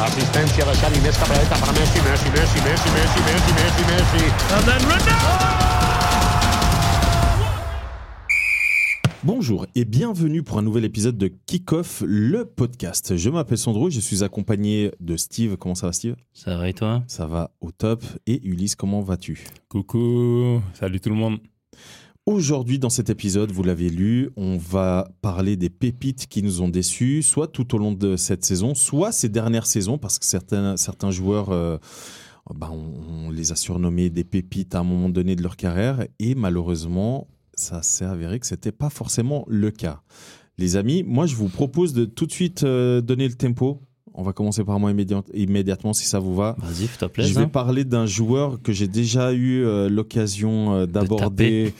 Asistencia de Xavi, més cap a la dreta per Messi, Messi, Messi, Messi, Messi, Messi, Messi, Messi. And then Ronaldo! Bonjour et bienvenue pour un nouvel épisode de Kickoff, le podcast. Je m'appelle Sandro, je suis accompagné de Steve. Comment ça va, Steve Ça va et toi Ça va au top. Et Ulysse, comment vas-tu Coucou, salut tout le monde. Aujourd'hui, dans cet épisode, vous l'avez lu, on va parler des pépites qui nous ont déçus, soit tout au long de cette saison, soit ces dernières saisons, parce que certains, certains joueurs, euh, bah, on, on les a surnommés des pépites à un moment donné de leur carrière, et malheureusement, ça s'est avéré que c'était pas forcément le cas. Les amis, moi, je vous propose de tout de suite euh, donner le tempo. On va commencer par moi immédiat- immédiatement, si ça vous va. Vas-y, fais-toi Je plaisir. vais hein. parler d'un joueur que j'ai déjà eu euh, l'occasion euh, d'aborder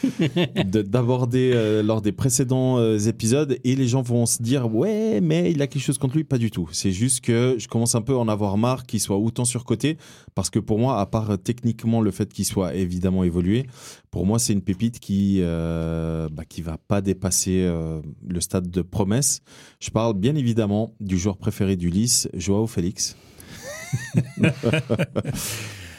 de- d'aborder euh, lors des précédents euh, épisodes et les gens vont se dire ouais mais il a quelque chose contre lui pas du tout c'est juste que je commence un peu à en avoir marre qu'il soit autant surcoté parce que pour moi à part euh, techniquement le fait qu'il soit évidemment évolué pour moi c'est une pépite qui euh, bah, qui va pas dépasser euh, le stade de promesse je parle bien évidemment du joueur préféré d'Ulysse Joao Félix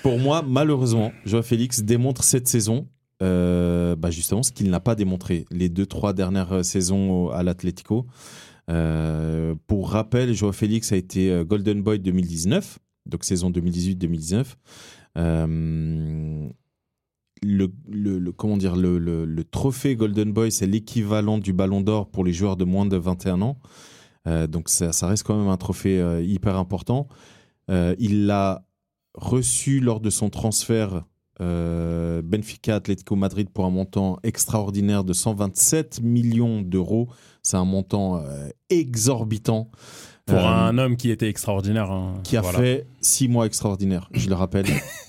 pour moi, malheureusement, Joao Félix démontre cette saison euh, bah justement ce qu'il n'a pas démontré les deux, trois dernières euh, saisons au- à l'Atlético. Euh, pour rappel, Joao Félix a été euh, Golden Boy 2019, donc saison 2018-2019. Euh, le, le- le- comment dire le, le- le trophée Golden Boy, c'est l'équivalent du Ballon d'Or pour les joueurs de moins de 21 ans. Euh, donc ça, ça reste quand même un trophée euh, hyper important. Euh, il l'a reçu lors de son transfert euh, Benfica Atlético Madrid pour un montant extraordinaire de 127 millions d'euros. C'est un montant euh, exorbitant. hein. Pour Euh, un homme qui était extraordinaire. hein, qui a voilà. fait six mois extraordinaires, je le rappelle.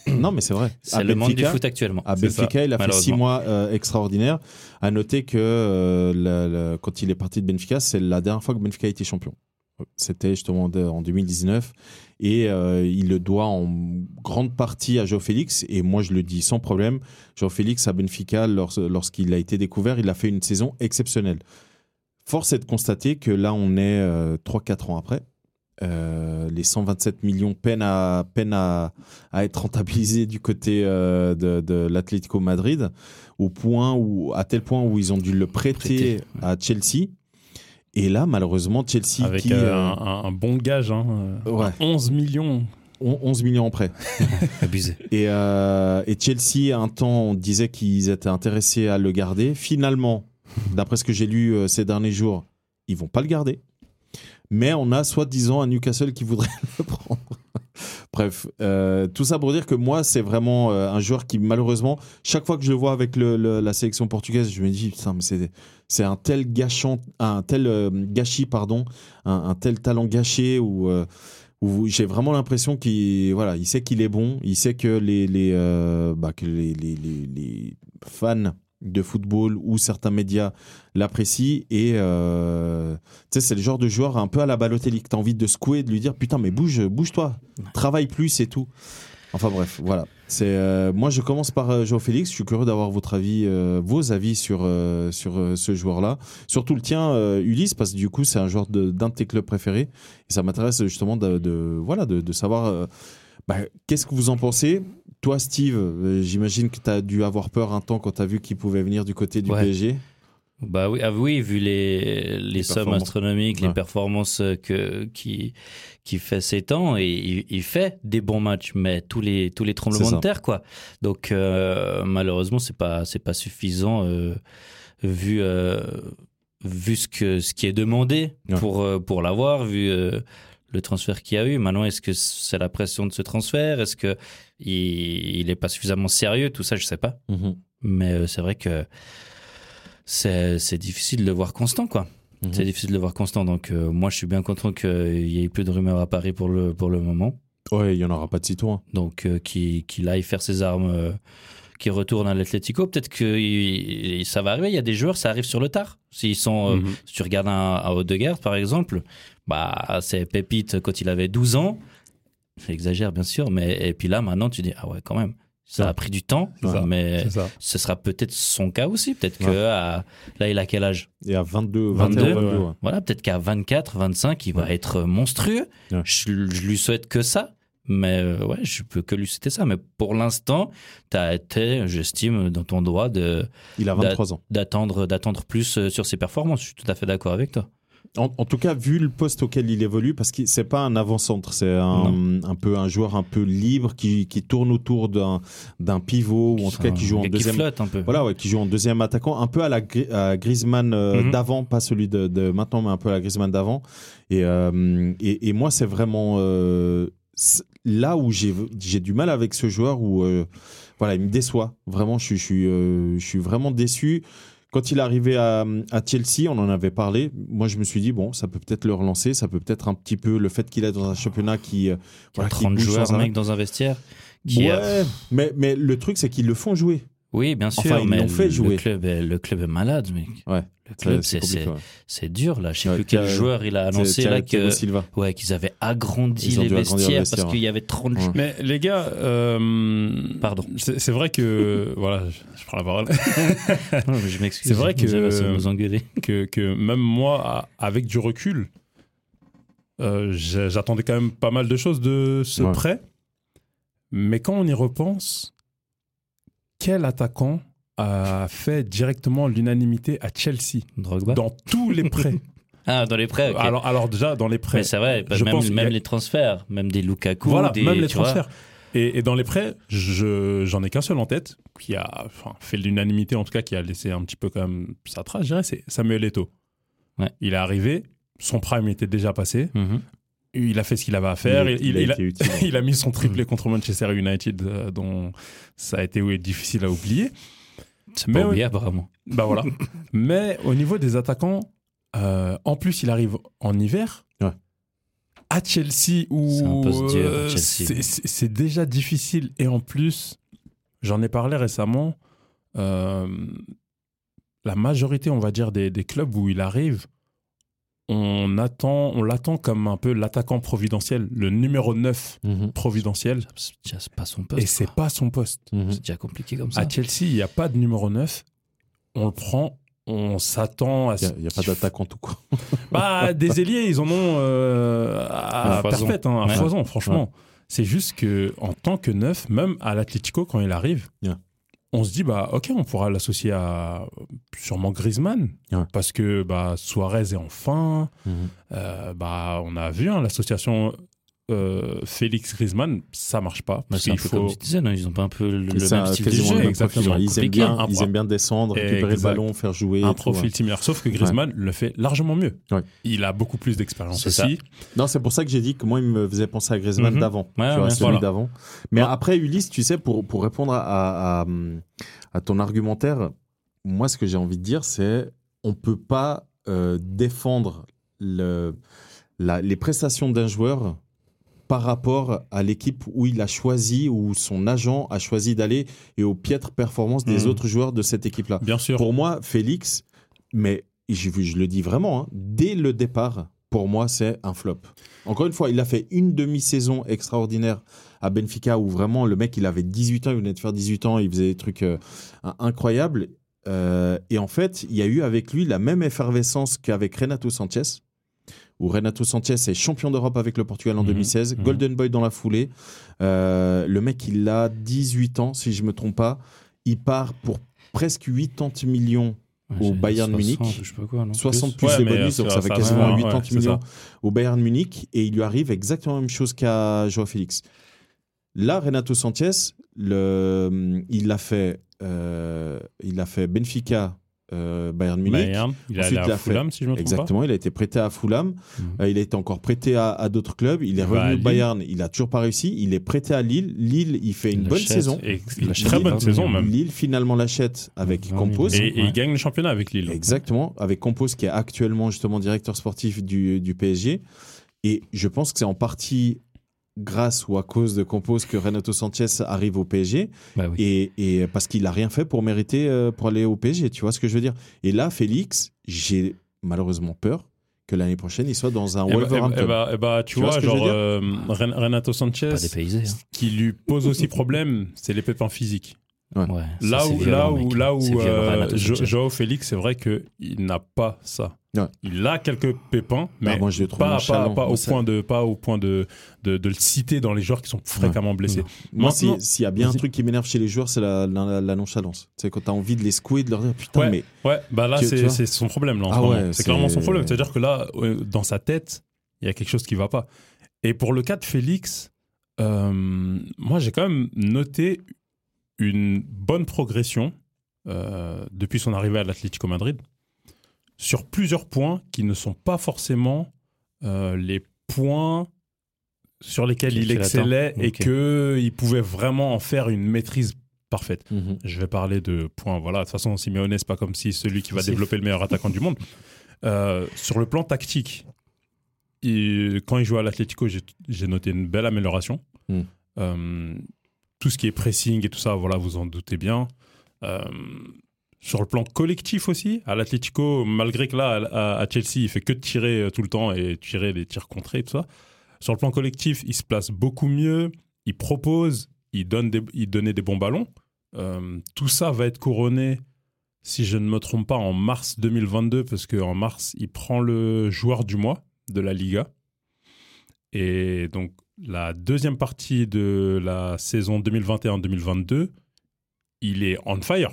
non, mais c'est vrai. À C'est le monde du Benfica, foot actuellement. à C'est Benfica, il a fait six malheureusement. mois euh, extraordinaires. À noter que euh, la- la- quand il est parti de Benfica, c'est la dernière fois que Benfica a été champion. C'était justement de- en 2019. Et euh, il le doit en grande partie à Joao Félix. Et moi, je le dis sans problème. Joao Félix à Benfica, lors- lorsqu'il a été découvert, il a fait une saison exceptionnelle. Force est de constater que là, on est 3-4 ans après. Euh, les 127 millions peinent à, peine à, à être rentabilisés du côté euh, de, de l'Atlético Madrid, au point où, à tel point où ils ont dû le prêter, Prêter, ouais. à Chelsea. Et là, malheureusement, Chelsea Avec qui, euh, euh, un, un- un bon gage. hein, euh, ouais, 11 millions. on- 11 millions en prêt. Abusé. Et, euh, et Chelsea, à un temps, on disait qu'ils étaient intéressés à le garder. Finalement, d'après ce que j'ai lu euh, ces derniers jours, ils vont pas le garder. Mais on a soi-disant un Newcastle qui voudrait le prendre. Bref, euh, tout ça pour dire que moi, c'est vraiment euh, un joueur qui, malheureusement, chaque fois que je le vois avec le- le- la sélection portugaise, je me dis, putain, mais c'est, c'est un tel gâchant, un tel euh, gâchis, pardon, un, un tel talent gâché où, euh, où j'ai vraiment l'impression qu'il, voilà, il sait qu'il est bon, il sait que les, les, euh, bah, que les, les- les- les fans de football ou certains médias l'apprécient et euh, tu sais c'est le genre de joueur un peu à la Balotelli que t'as envie de secouer de lui dire putain mais bouge bouge-toi travaille plus et tout enfin bref voilà c'est euh, moi je commence par euh, Joao Félix je suis curieux d'avoir votre avis euh, vos avis sur euh, sur euh, ce joueur là surtout le tien euh, Ulysse parce que du coup c'est un joueur de- d'un de tes clubs préférés et ça m'intéresse justement de, de- voilà de, de savoir euh, bah, qu'est-ce que vous en pensez toi Steve euh, j'imagine que tu as dû avoir peur un temps quand tu as vu qu'il pouvait venir du côté du Ouais. PSG Bah oui, ah oui, vu les, les, sommes performances. astronomiques, Ouais. les performances euh, que, qui, qui fait ces temps, et il, il fait des bons matchs, mais tous les, tous les C'est tremblements ça. de terre, quoi. Donc, euh, malheureusement, c'est pas, c'est pas suffisant, euh, vu, euh, vu ce que, ce qui est demandé Ouais. pour, euh, pour l'avoir, vu, euh, le transfert qu'il y a eu. Maintenant, est-ce que c'est la pression de ce transfert Est-ce que il, il est pas suffisamment sérieux Tout ça, je sais pas. Mais euh, c'est vrai que c'est c'est difficile de le voir constant, quoi. Mhm. C'est difficile de le voir constant. Donc, euh, moi, je suis bien content qu'il n'y ait plus de rumeurs à Paris pour le, pour le moment. ouais il y en aura pas de sitôt hein. Donc, euh, qu'il qu'il aille faire ses armes, euh, qu'il retourne à l'Atlético. Peut-être que il- il- ça va arriver. Il y a des joueurs, ça arrive sur le tard. S'ils sont. euh, Mhm. si tu regardes un, un Odegaard, par exemple, bah, c'est Pépite quand il avait 12 ans. J'exagère, bien sûr, mais et puis là, maintenant, tu dis, ah ouais, quand même, Ça a pris du temps, C'est ça. mais C'est ça. ce sera peut-être son cas aussi. Peut-être que Ouais. à- là, il a quel âge Et à 22, 22, 21, 22, ouais. ouais. Voilà, peut-être qu'à 24, 25, il va être monstrueux. Ouais. Je, je lui souhaite que ça. Mais euh, ouais, je peux que lui souhaiter ça. Mais pour l'instant, tu as été, j'estime, dans ton droit de- Il a 23 ans. d'attendre d'attendre plus euh, sur ses performances. Je suis tout à fait d'accord avec toi. En, en tout cas, vu le poste auquel il évolue, parce que c'est pas un avant-centre, c'est un, un peu un joueur un peu libre qui, qui tourne autour d'un d'un pivot ou en tout cas qui joue en Ah. Et deuxième. Qui flotte un peu. Mhm. Voilà, ouais, qui joue en deuxième attaquant, un peu à la Gri- à Griezmann euh, Mhm. d'avant, pas celui de, de maintenant, mais un peu à la Griezmann d'avant. Et, euh, et, et moi, c'est vraiment euh, c'est là où j'ai j'ai du mal avec ce joueur, où euh, voilà, il me déçoit. Vraiment, je, suis- je, suis, euh, je suis vraiment déçu. Quand il est arrivé à, à Chelsea, on en avait parlé. Moi, je me suis dit, bon, ça peut peut-être le relancer, ça peut peut-être un petit peu le fait qu'il est dans un championnat qui. euh, Qui a voilà, qui 30 bouge sans joueurs, arrêt. mec, dans un vestiaire. Qui a- Ouais, mais, mais le truc, c'est qu'ils le font jouer. Oui, bien sûr, Enfin, ils mais l'ont fait le, jouer. club est, le club est malade, mec. Ouais. Le club, C'est c'est- compliqué, c'est ouais. c'est dur, là. Je sais Ouais, plus quel Thiago- joueur il a annoncé, C'est- là, Thiago que, Silva. ouais, qu'ils avaient agrandi Ils ont les dû agrandir le vestiaires vestiaire, parce qu'il y avait 30 Ouais. joueurs. Mais les gars, euh, Pardon. C'est c'est vrai que voilà, je, je prends la parole. Non, mais je m'excuse. C'est vrai que- Vous allez se nous engueuler. que, que même moi, à- avec du recul, euh, j'a- j'attendais quand même pas mal de choses de ce Ouais. prêt. Mais quand on y repense, quel attaquant a fait directement l'unanimité à Chelsea Drogba. dans tous les prêts Ah, dans les prêts. ok. alors, alors déjà, dans les prêts, mais c'est vrai, je même, pense qu'il y même a- les transferts, même des Lukaku, voilà, des- même les tu vois. transferts. Et, et dans les prêts, je- j'en ai qu'un seul en tête qui a enfin, fait l'unanimité, en tout cas qui a laissé un petit peu quand même sa trace, je dirais, c'est Samuel Eto'o. Ouais. Il est arrivé, son prime était déjà passé, Mhm. il a fait ce qu'il avait à faire, il, il- il a, été utile. il a mis son Mm. triplé contre Manchester United, euh, dont ça a été ouais, difficile à oublier. C'est Mais pas oui. oublié, apparemment. Bah voilà. Mais au niveau des attaquants, euh, en plus, il arrive en hiver. Ouais. À Chelsea, C'est un où poste dur, euh, Chelsea. c'est- c'est c'est déjà difficile. Et en plus, j'en ai parlé récemment, euh, la majorité, on va dire, des, des clubs où il arrive, on attend, on l'attend comme un peu l'attaquant providentiel, le numéro 9 Mhm, providentiel. Ah, C'est déjà c'est pas son Et poste. c'est Ah, quoi. pas son poste. mhm. C'est déjà compliqué comme ça. À Chelsea, il n'y a pas de numéro 9. On le prend, on s'attend à ce Il n'y a, pas d'attaquant tout court. Bah, des ailiers, ils en ont euh, à, À foison. perpète, hein, à Ouais. foison, franchement. C'est juste que en tant que neuf, même à l'Atlético, quand il arrive, Yeah. on se dit bah ok, on pourra l'associer à sûrement Griezmann Ouais. parce que bah Suarez est enfin. Mhm. Euh, bah on a vu hein, l'association euh, Félix Griezmann, ça marche pas Bah, parce c'est un qu'il peu comme faut tu disais, non, ils ont pas un peu le, le C'est même ça, style de quasiment jeu, le même exactement. profil, ouais. Ils, aiment Compliqué, bien, un ils point. aiment bien descendre, récupérer Exact. le ballon, faire jouer. et un tout, profil ouais. similaire. Sauf que Griezmann le fait largement mieux. Ouais. Il a beaucoup plus d'expérience C'est aussi. ça. Non, c'est pour ça que j'ai dit que moi, il me faisait penser à Griezmann Mhm. d'avant. Ouais, tu vois, ouais, celui voilà. d'avant. Mais Ouais. après, Ulysse, tu sais, pour, pour répondre à, à, à ton argumentaire, moi, ce que j'ai envie de dire, c'est on peut pas euh, défendre le, la- les prestations d'un joueur par rapport à l'équipe où il a choisi, où son agent a choisi d'aller et aux piètres performances des Mhm. autres joueurs de cette équipe-là. Bien sûr. Pour moi, Félix, mais je, je le dis vraiment, hein, dès le départ, pour moi, c'est un flop. Encore une fois, il a fait une demi-saison extraordinaire à Benfica où vraiment le mec, il avait 18 ans, il venait de faire 18 ans, il faisait des trucs euh, in- incroyables. Euh, et en fait, il y a eu avec lui la même effervescence qu'avec Renato Sanchez, où Renato Sanchez est champion d'Europe avec le Portugal en Mhm, 2016, mhm. Golden Boy dans la foulée. Euh, le mec, il a 18 ans, si je me trompe pas. Il part pour presque 80 millions Ouais, au j'ai Bayern 60, Munich. Je sais pas quoi, non 60 plus Ouais, les mais bonus, ça- donc ça fait ça quasiment va, 80 ouais, c'est millions au Bayern Munich et il lui arrive exactement la même chose qu'à Joao Félix. Là, Renato Sanchez, le, il a fait, euh, il a fait Benfica, euh, Bayern Munich. Bayern, il est Ensuite, allé il à a fait- Fulham, si je me trompe pas. Exactement, il a été prêté à Fulham, Mhm. Euh, il a été encore prêté à, à d'autres clubs, il est Il va à revenu au Lille. Bayern, il a toujours pas réussi, il est prêté à Lille, Lille il fait une Il bonne l'achète. saison, Et- Il a très bonne acheté saison vingt même. Lille finalement l'achète avec 20 Campos, Et, millions. et il gagne le championnat avec Lille. Exactement, avec Compos qui est actuellement justement directeur sportif du, du PSG. Et je pense que c'est en partie grâce ou à cause de Compos que Renato Sanchez arrive au PSG Bah oui. et, et parce qu'il n'a rien fait pour mériter euh, pour aller au PSG, tu vois ce que je veux dire. Et là, Félix, j'ai malheureusement peur que l'année prochaine, il soit dans un Eh ben, eh Wolverhampton. Ah, ben, eh ben, tu, Tu vois vois, ce que je veux genre dire euh, Ren- Renato Sanchez, Pas hein. dépaysé. hein. ce qui lui pose aussi problème, c'est les pépins physiques. Hein. Ouais, ça, là, c'est où, là violent, où, mec. là C'est où violent, euh, Renato Jo- Sanchez. Joao Félix, c'est vrai qu'il n'a pas ça. Ouais. Il a quelques pépins, Ah, mais moi, je le trouve pas, pas, nonchalant. pas au Moi, ça- point, de, pas au point de, de, de le citer dans les joueurs qui sont fréquemment blessés. Moi, si- Maintenant- s'il y a bien un Vas-y. truc qui m'énerve chez les joueurs, c'est la, la- la nonchalance. Tu sais, quand t'as envie de les secouer, de leur dire putain, mais. Ouais, bah là, Tu- tu c'est vois c'est son problème. là, en Ah ce moment. ouais, c'est- c'est clairement son problème. C'est-à-dire que là, euh, dans sa tête, il y a quelque chose qui va pas. Et pour le cas de Félix, euh, moi, j'ai quand même noté une bonne progression euh, depuis son arrivée à l'Atlético Madrid sur plusieurs points qui ne sont pas forcément euh, les points sur lesquels Qu'il- il qu'il atteint. excellait et Ok. que il pouvait vraiment en faire une maîtrise parfaite. Je vais parler de points. Voilà, de toute façon, Simeone, c'est pas comme si celui qui va C'est- développer le meilleur attaquant du monde. Euh, sur le plan tactique, il- quand il jouait à l'Atlético, j'ai- j'ai noté une belle amélioration. Mm. Euh, tout ce qui est pressing et tout ça, voilà, vous en doutez bien. Euh, sur le plan collectif aussi, à l'Atlético, malgré que là, à, à- à Chelsea, il fait que de tirer euh, tout le temps et tirer les tirs contrés et tout ça. Sur le plan collectif, il se place beaucoup mieux, il propose, il, donne des, il donnait des bons ballons. Euh, tout ça va être couronné, si je ne me trompe pas, en mars 2022, parce qu'en mars, il prend le joueur du mois de la Liga. Et donc, la deuxième partie de la saison 2021-2022, il est on fire.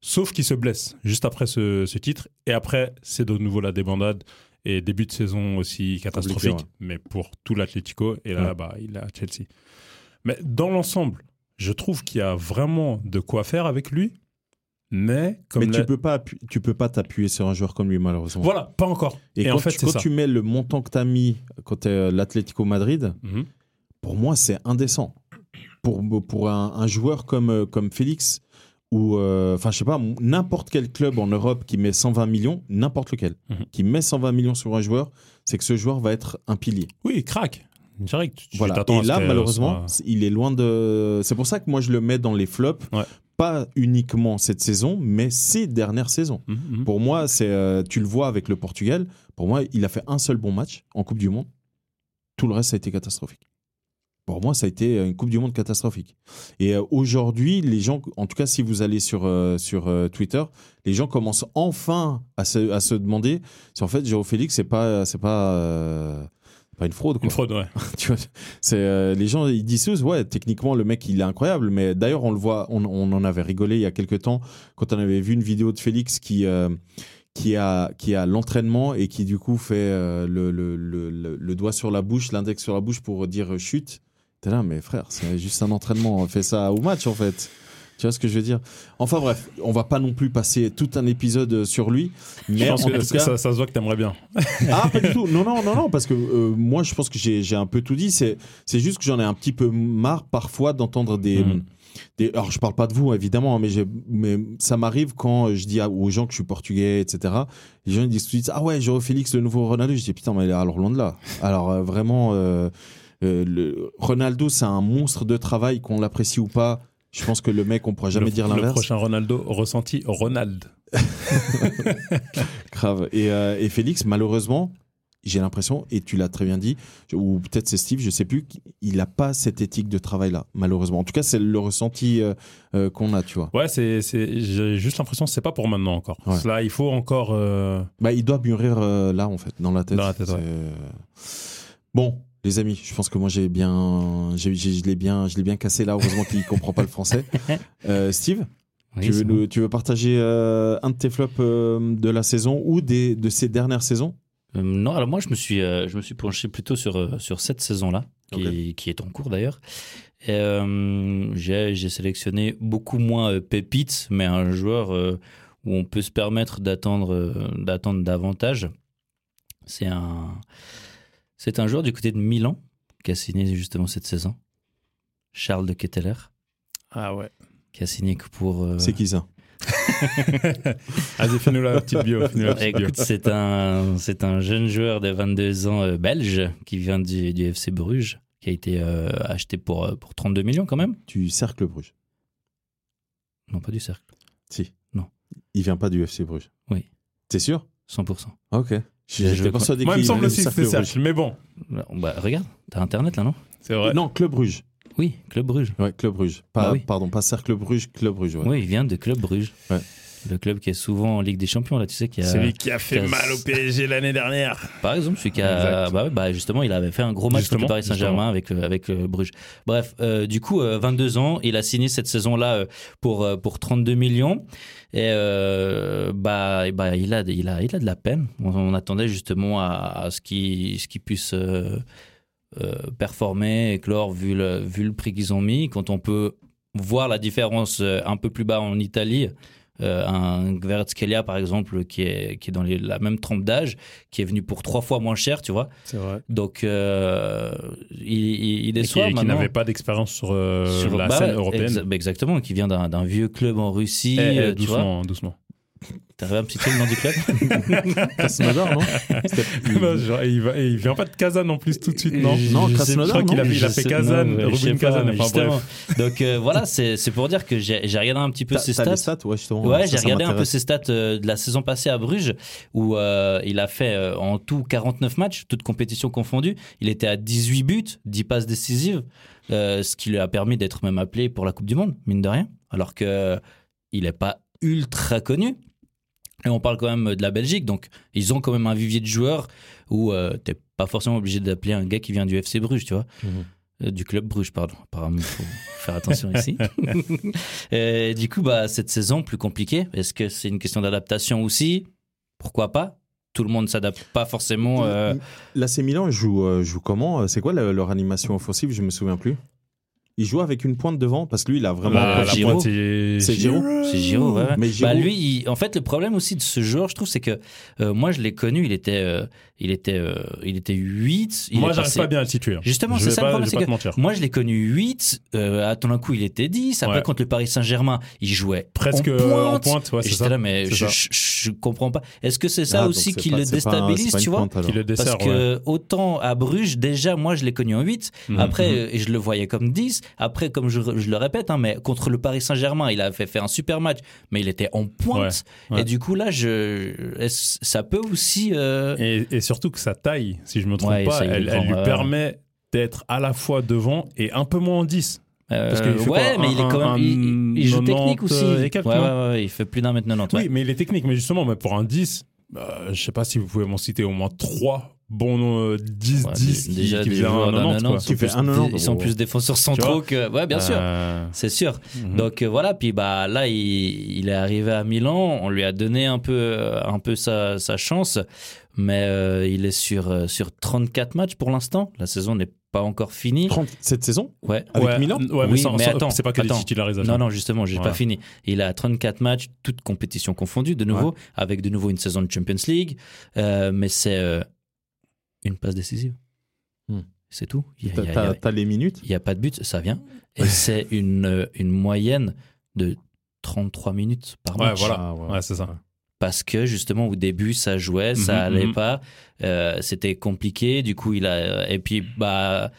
Sauf qu'il se blesse juste après ce, ce titre. Et après, c'est de nouveau la débandade. Et début de saison aussi catastrophique, Compliqué, mais pour tout l'Atlético. Et Ouais. là, bah, il est à Chelsea. Mais dans l'ensemble, je trouve qu'il y a vraiment de quoi faire avec lui. Mais comme mais la- tu peux pas appu- tu peux pas t'appuyer sur un joueur comme lui malheureusement. voilà, pas encore. Et, Et, quand, en fait, tu, c'est quand ça. tu mets le montant que tu as mis quand t'es euh, l'Atlético Madrid, Mhm. pour moi c'est indécent. Pour, pour un, un joueur comme, euh, comme Félix, ou euh, enfin je sais pas, n'importe quel club en Europe qui met 120 millions, n'importe lequel, Mhm. qui met 120 millions sur un joueur, c'est que ce joueur va être un pilier. Oui, crack. Direct. Tu- tu Voilà. t'attends Et à ce là, que- malheureusement, ça- c'est- il est loin de. C'est pour ça que moi, je le mets dans les flops. Ouais. Pas uniquement cette saison, mais ces dernières saisons. Mhm, mhm. Pour moi, c'est, euh, tu le vois avec le Portugal. Pour moi, il a fait un seul bon match en Coupe du Monde. Tout le reste, ça a été catastrophique. Pour moi, ça a été une Coupe du Monde catastrophique. Et euh, aujourd'hui, les gens, en tout cas, si vous allez sur, euh, sur euh, Twitter, les gens commencent enfin à se, à se demander si en fait, Jérôme Félix, c'est pas, c'est pas, euh, pas une fraude. Quoi. Une fraude, ouais. Tu vois, c'est euh, les gens ils disent ouais techniquement le mec il est incroyable mais d'ailleurs on le voit on, on en avait rigolé il y a quelques temps quand on avait vu une vidéo de Félix qui euh, qui a qui a l'entraînement et qui du coup fait euh, le, le, le, le- le doigt sur la bouche l'index sur la bouche pour dire euh, chute t'es là mais frère c'est juste un entraînement fais ça au match en fait tu vois ce que je veux dire enfin bref on va pas non plus passer tout un épisode sur lui Je mais en pense tout que cas ça, ça- ça se voit que t'aimerais bien. ah, pas du tout. Non, non, non, non, parce que euh, moi, je pense que j'ai j'ai un peu tout dit. C'est c'est juste que j'en ai un petit peu marre parfois d'entendre des, Mhm. des- Alors, je parle pas de vous, évidemment, hein, mais, j'ai- mais ça m'arrive quand je dis à- aux gens que je suis portugais, etc. Les gens ils disent tout de suite Ah ouais, Joao Félix, le nouveau Ronaldo. Je dis Putain, mais alors, loin de là. Alors, euh, vraiment, euh, euh, le, Ronaldo, c'est un monstre de travail, qu'on l'apprécie ou pas. Je pense que le mec, on pourra jamais le, dire Le l'inverse. prochain Ronaldo ressenti Ronald. Grave. Et, euh, et Félix, malheureusement, j'ai l'impression, et tu l'as très bien dit, ou peut-être c'est Steve, je sais plus, il n'a pas cette éthique de travail-là, malheureusement. En tout cas, c'est le ressenti euh, euh, qu'on a, tu vois. Ouais, c'est, c'est- j'ai juste l'impression que c'est pas pour maintenant encore. Ouais. Là, il faut encore. euh, Bah, il doit mûrir euh, là, en fait, dans la tête. Dans la tête, C'est, ouais. euh, Bon, les amis, je pense que moi, j'ai bien, j'ai, j'ai- je l'ai bien, je l'ai bien cassé là. Heureusement qu'il comprend pas le français. Euh, Steve, Oui, tu, veux c'est nous- bon. tu veux partager euh, un de tes flops euh, de la saison ou des, de ces dernières saisons Euh, non, alors moi, je me suis, euh, je me suis penché plutôt sur, euh, sur cette saison-là, qui, qui est en cours d'ailleurs. Et, euh, J'ai j'ai sélectionné beaucoup moins euh, pépites, mais un joueur euh, où on peut se permettre d'attendre euh, d'attendre davantage. C'est un, c'est un joueur du côté de Milan qui a signé justement cette saison. Charles de Ketteler, Ah ouais. qui a signé que pour. euh, C'est qui ça Vas-y, fais-nous la petite bio. fais-nous la petite bio. Écoute, c'est un, c'est un jeune joueur de 22 ans euh, belge qui vient du, du FC Bruges, qui a été euh, acheté pour, euh, pour 32 millions quand même. Tu cercles Bruges. Non, pas du cercle. Si. Non. Il vient pas du FC Bruges. Oui. T'es sûr 100%. Ok. Bien J'étais joué, persuadé Moi, il me qu'il semble allait aussi que sac le c'était euh, Bruges. Serge, mais bon, Bah, regarde, t'as internet là, non c'est vrai. Non, Club Bruges. Oui, Club Bruges. Ouais, Club Bruges. Pas- Bah oui. Pardon, pas Cercle Bruges, Club Bruges. ouais. Oui, il vient de Club Bruges. Ouais. Le club qui est souvent en Ligue des Champions, là, tu sais, qui a. Celui qui a fait qui a- mal au PSG l'année dernière. Par exemple, celui qui a. Exact. Bah, ouais, bah, justement, il avait fait un gros match contre Justement, le Paris Saint-Germain avec, euh, avec euh, Bruges. Bref, euh, du coup, euh, 22 ans, il a signé cette saison-là euh, pour, euh, pour 32 millions. Et euh, bah, et bah, il, a, il, a, il a de la peine. On, on attendait justement à, à ce qu'il ce qu'il puisse. euh, euh, performer, éclore, vu le, vu le prix qu'ils ont mis. Quand on peut voir la différence euh, un peu plus bas en Italie, euh, un Kvaratskhelia par exemple, qui est, qui est dans les- la même trempe d'âge, qui est venu pour trois fois moins cher, tu vois. C'est vrai. Donc, euh, il, il, il est Et qui, soit qui n'avait pas d'expérience sur, euh, la scène européenne. exactement, qui vient d'un d'un vieux club en Russie, Eh, eh, euh, tu vois. doucement, doucement. T'arrives à me citer le nom du club Krasnodar, non Non, C'était- genre, il, va- il vient pas de Kazan en plus tout de suite, non Je- Non, je sais Krasnodar, pas. Je crois qu'il a, non, il a Je fait sais- Kazan, non, ouais, je sais Rubin pas, Kazan, mais enfin justement. bref. Donc euh, voilà, c'est c'est pour dire que j'ai j'ai regardé un petit peu T'as- ses t'as les stats. stats Ouais, justement, Ouais, ça, j'ai ça regardé un peu m'intéresse. ses stats euh, de la saison passée à Bruges, où euh, il a fait euh, en tout 49 matchs, toutes compétitions confondues. Il était à 18 buts, 10 passes décisives, euh, ce qui lui a permis d'être même appelé pour la Coupe du Monde, mine de rien, alors que il n'est pas ultra connu. Et on parle quand même de la Belgique, donc ils ont quand même un vivier de joueurs où euh, t'es pas forcément obligé d'appeler un gars qui vient du FC Bruges, tu vois. Mhm. Euh, Du club Bruges, pardon. Apparemment, il faut faire attention ici. Et du coup, bah, cette saison plus compliquée, est-ce que c'est une question d'adaptation aussi Pourquoi pas Tout le monde s'adapte pas forcément. euh, L'AC Milan joue, euh, joue comment C'est quoi le- leur animation offensive Je me souviens plus. Ils jouent avec une pointe devant parce que lui, il a vraiment. Bah, La, Ah, la Giroud. pointe, c'est C'est Giroud. C'est Giroud, ouais. ouais. Mais Giroud- Bah, lui, il- en fait, le problème aussi de ce joueur, je trouve, c'est que euh, moi, je l'ai connu, il était, euh, il était, euh, il était 8. Il Moi, est j'arrive passé- pas bien à le situer. Justement, Je c'est vais ça pas- le problème. Je c'est vais pas que te mentir. Moi, je l'ai connu 8. Euh, à tout d'un coup, il était 10. Après, Ouais. contre le Paris Saint-Germain, il jouait Presque en euh, pointe. en pointe, ouais, Et c'est J'étais ça. là, mais C'est je, ça. je, je comprends pas. Est-ce que c'est ça Ah, donc aussi c'est qui pas- le c'est pas un- c'est déstabilise, pas une tu vois pointe, alors. Qui le dessert, Parce que autant à Bruges, déjà, moi, je l'ai connu en 8. Mhm. Après, euh, je le voyais comme 10. Après, comme je, je le répète, hein, mais contre le Paris Saint-Germain, il avait fait un super match, mais il était en pointe. Ouais, ouais. Et du coup, là, je, est-ce- ça peut aussi. euh, Et, et surtout que sa taille, si je me trompe Ouais, pas, ça, il est elle, elle grand, lui ouais. permet d'être à la fois devant et un peu moins en 10. Parce qu'il euh, fait ouais, quoi, mais un- il est quand même. un- il, il joue 90 technique aussi. et quelques, ouais, ouais, non ouais, il fait plus d'un mètre 90. ouais. Oui, mais il est technique. Mais justement, mais pour un 10, euh, je sais pas si vous pouvez m'en citer au moins 3 bons euh, 10, Ouais, 10 dé- qui, déjà, qui des faisaient un joueurs d'un 90, quoi. 90, Qui fait sont un plus- 90, Ils sont gros. plus défenseurs Tu centraux vois que. Ouais, bien sûr. Euh, C'est sûr. mhm. Donc euh, voilà, puis bah là il, il est arrivé à Milan, on lui a donné un peu euh, un peu sa, sa chance, mais euh, il est sur euh, sur 34 matchs pour l'instant. La saison n'est pas encore finie. 30 cette saison Ouais. Avec Ouais, Milan Ouais, mais, Oui, sans- mais sans- attends, c'est pas que attends. des titularisations. Non non, justement, j'ai Voilà. pas fini. Il a 34 matchs toutes compétitions confondues de nouveau avec de nouveau une saison de Champions League, Euh, mais c'est euh, une passe décisive. Hmm. C'est tout. Il y a- T'as- il y a- il y T'as a- t'as les minutes il n'y a pas de but, ça vient. Et c'est une, euh, une moyenne de 33 minutes par Ouais, match. voilà. Ah, ouais. Ouais, c'est ça. Parce que justement, au début, ça jouait, ça Mhm, allait mhm. pas, euh, c'était compliqué. Du coup, il a. Et puis, bah.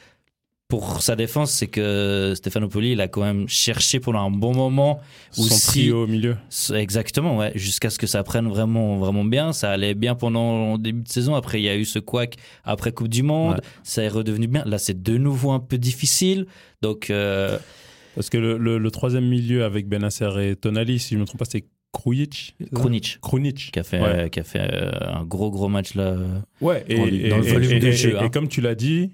Pour sa défense, c'est que Stefanopouli, il a quand même cherché pendant un bon moment. Ou Son si- trio au milieu. C'est- Exactement, ouais. Jusqu'à ce que ça prenne vraiment, vraiment bien. Ça allait bien pendant le début de saison. Après, il y a eu ce couac après Coupe du Monde. Ouais. Ça est redevenu bien. Là, c'est de nouveau un peu difficile. Donc, euh, Parce que le, le- le troisième milieu avec Ben Benacer et Tonali, si je me trompe pas, c'est Krujic. c'est ça Krunic. Krunic. qui a fait, Ouais. qui a fait euh, un gros gros match là. Ouais, et, Dans le- et- dans le et- volume et- de et- jeu, et hein. comme tu l'as dit,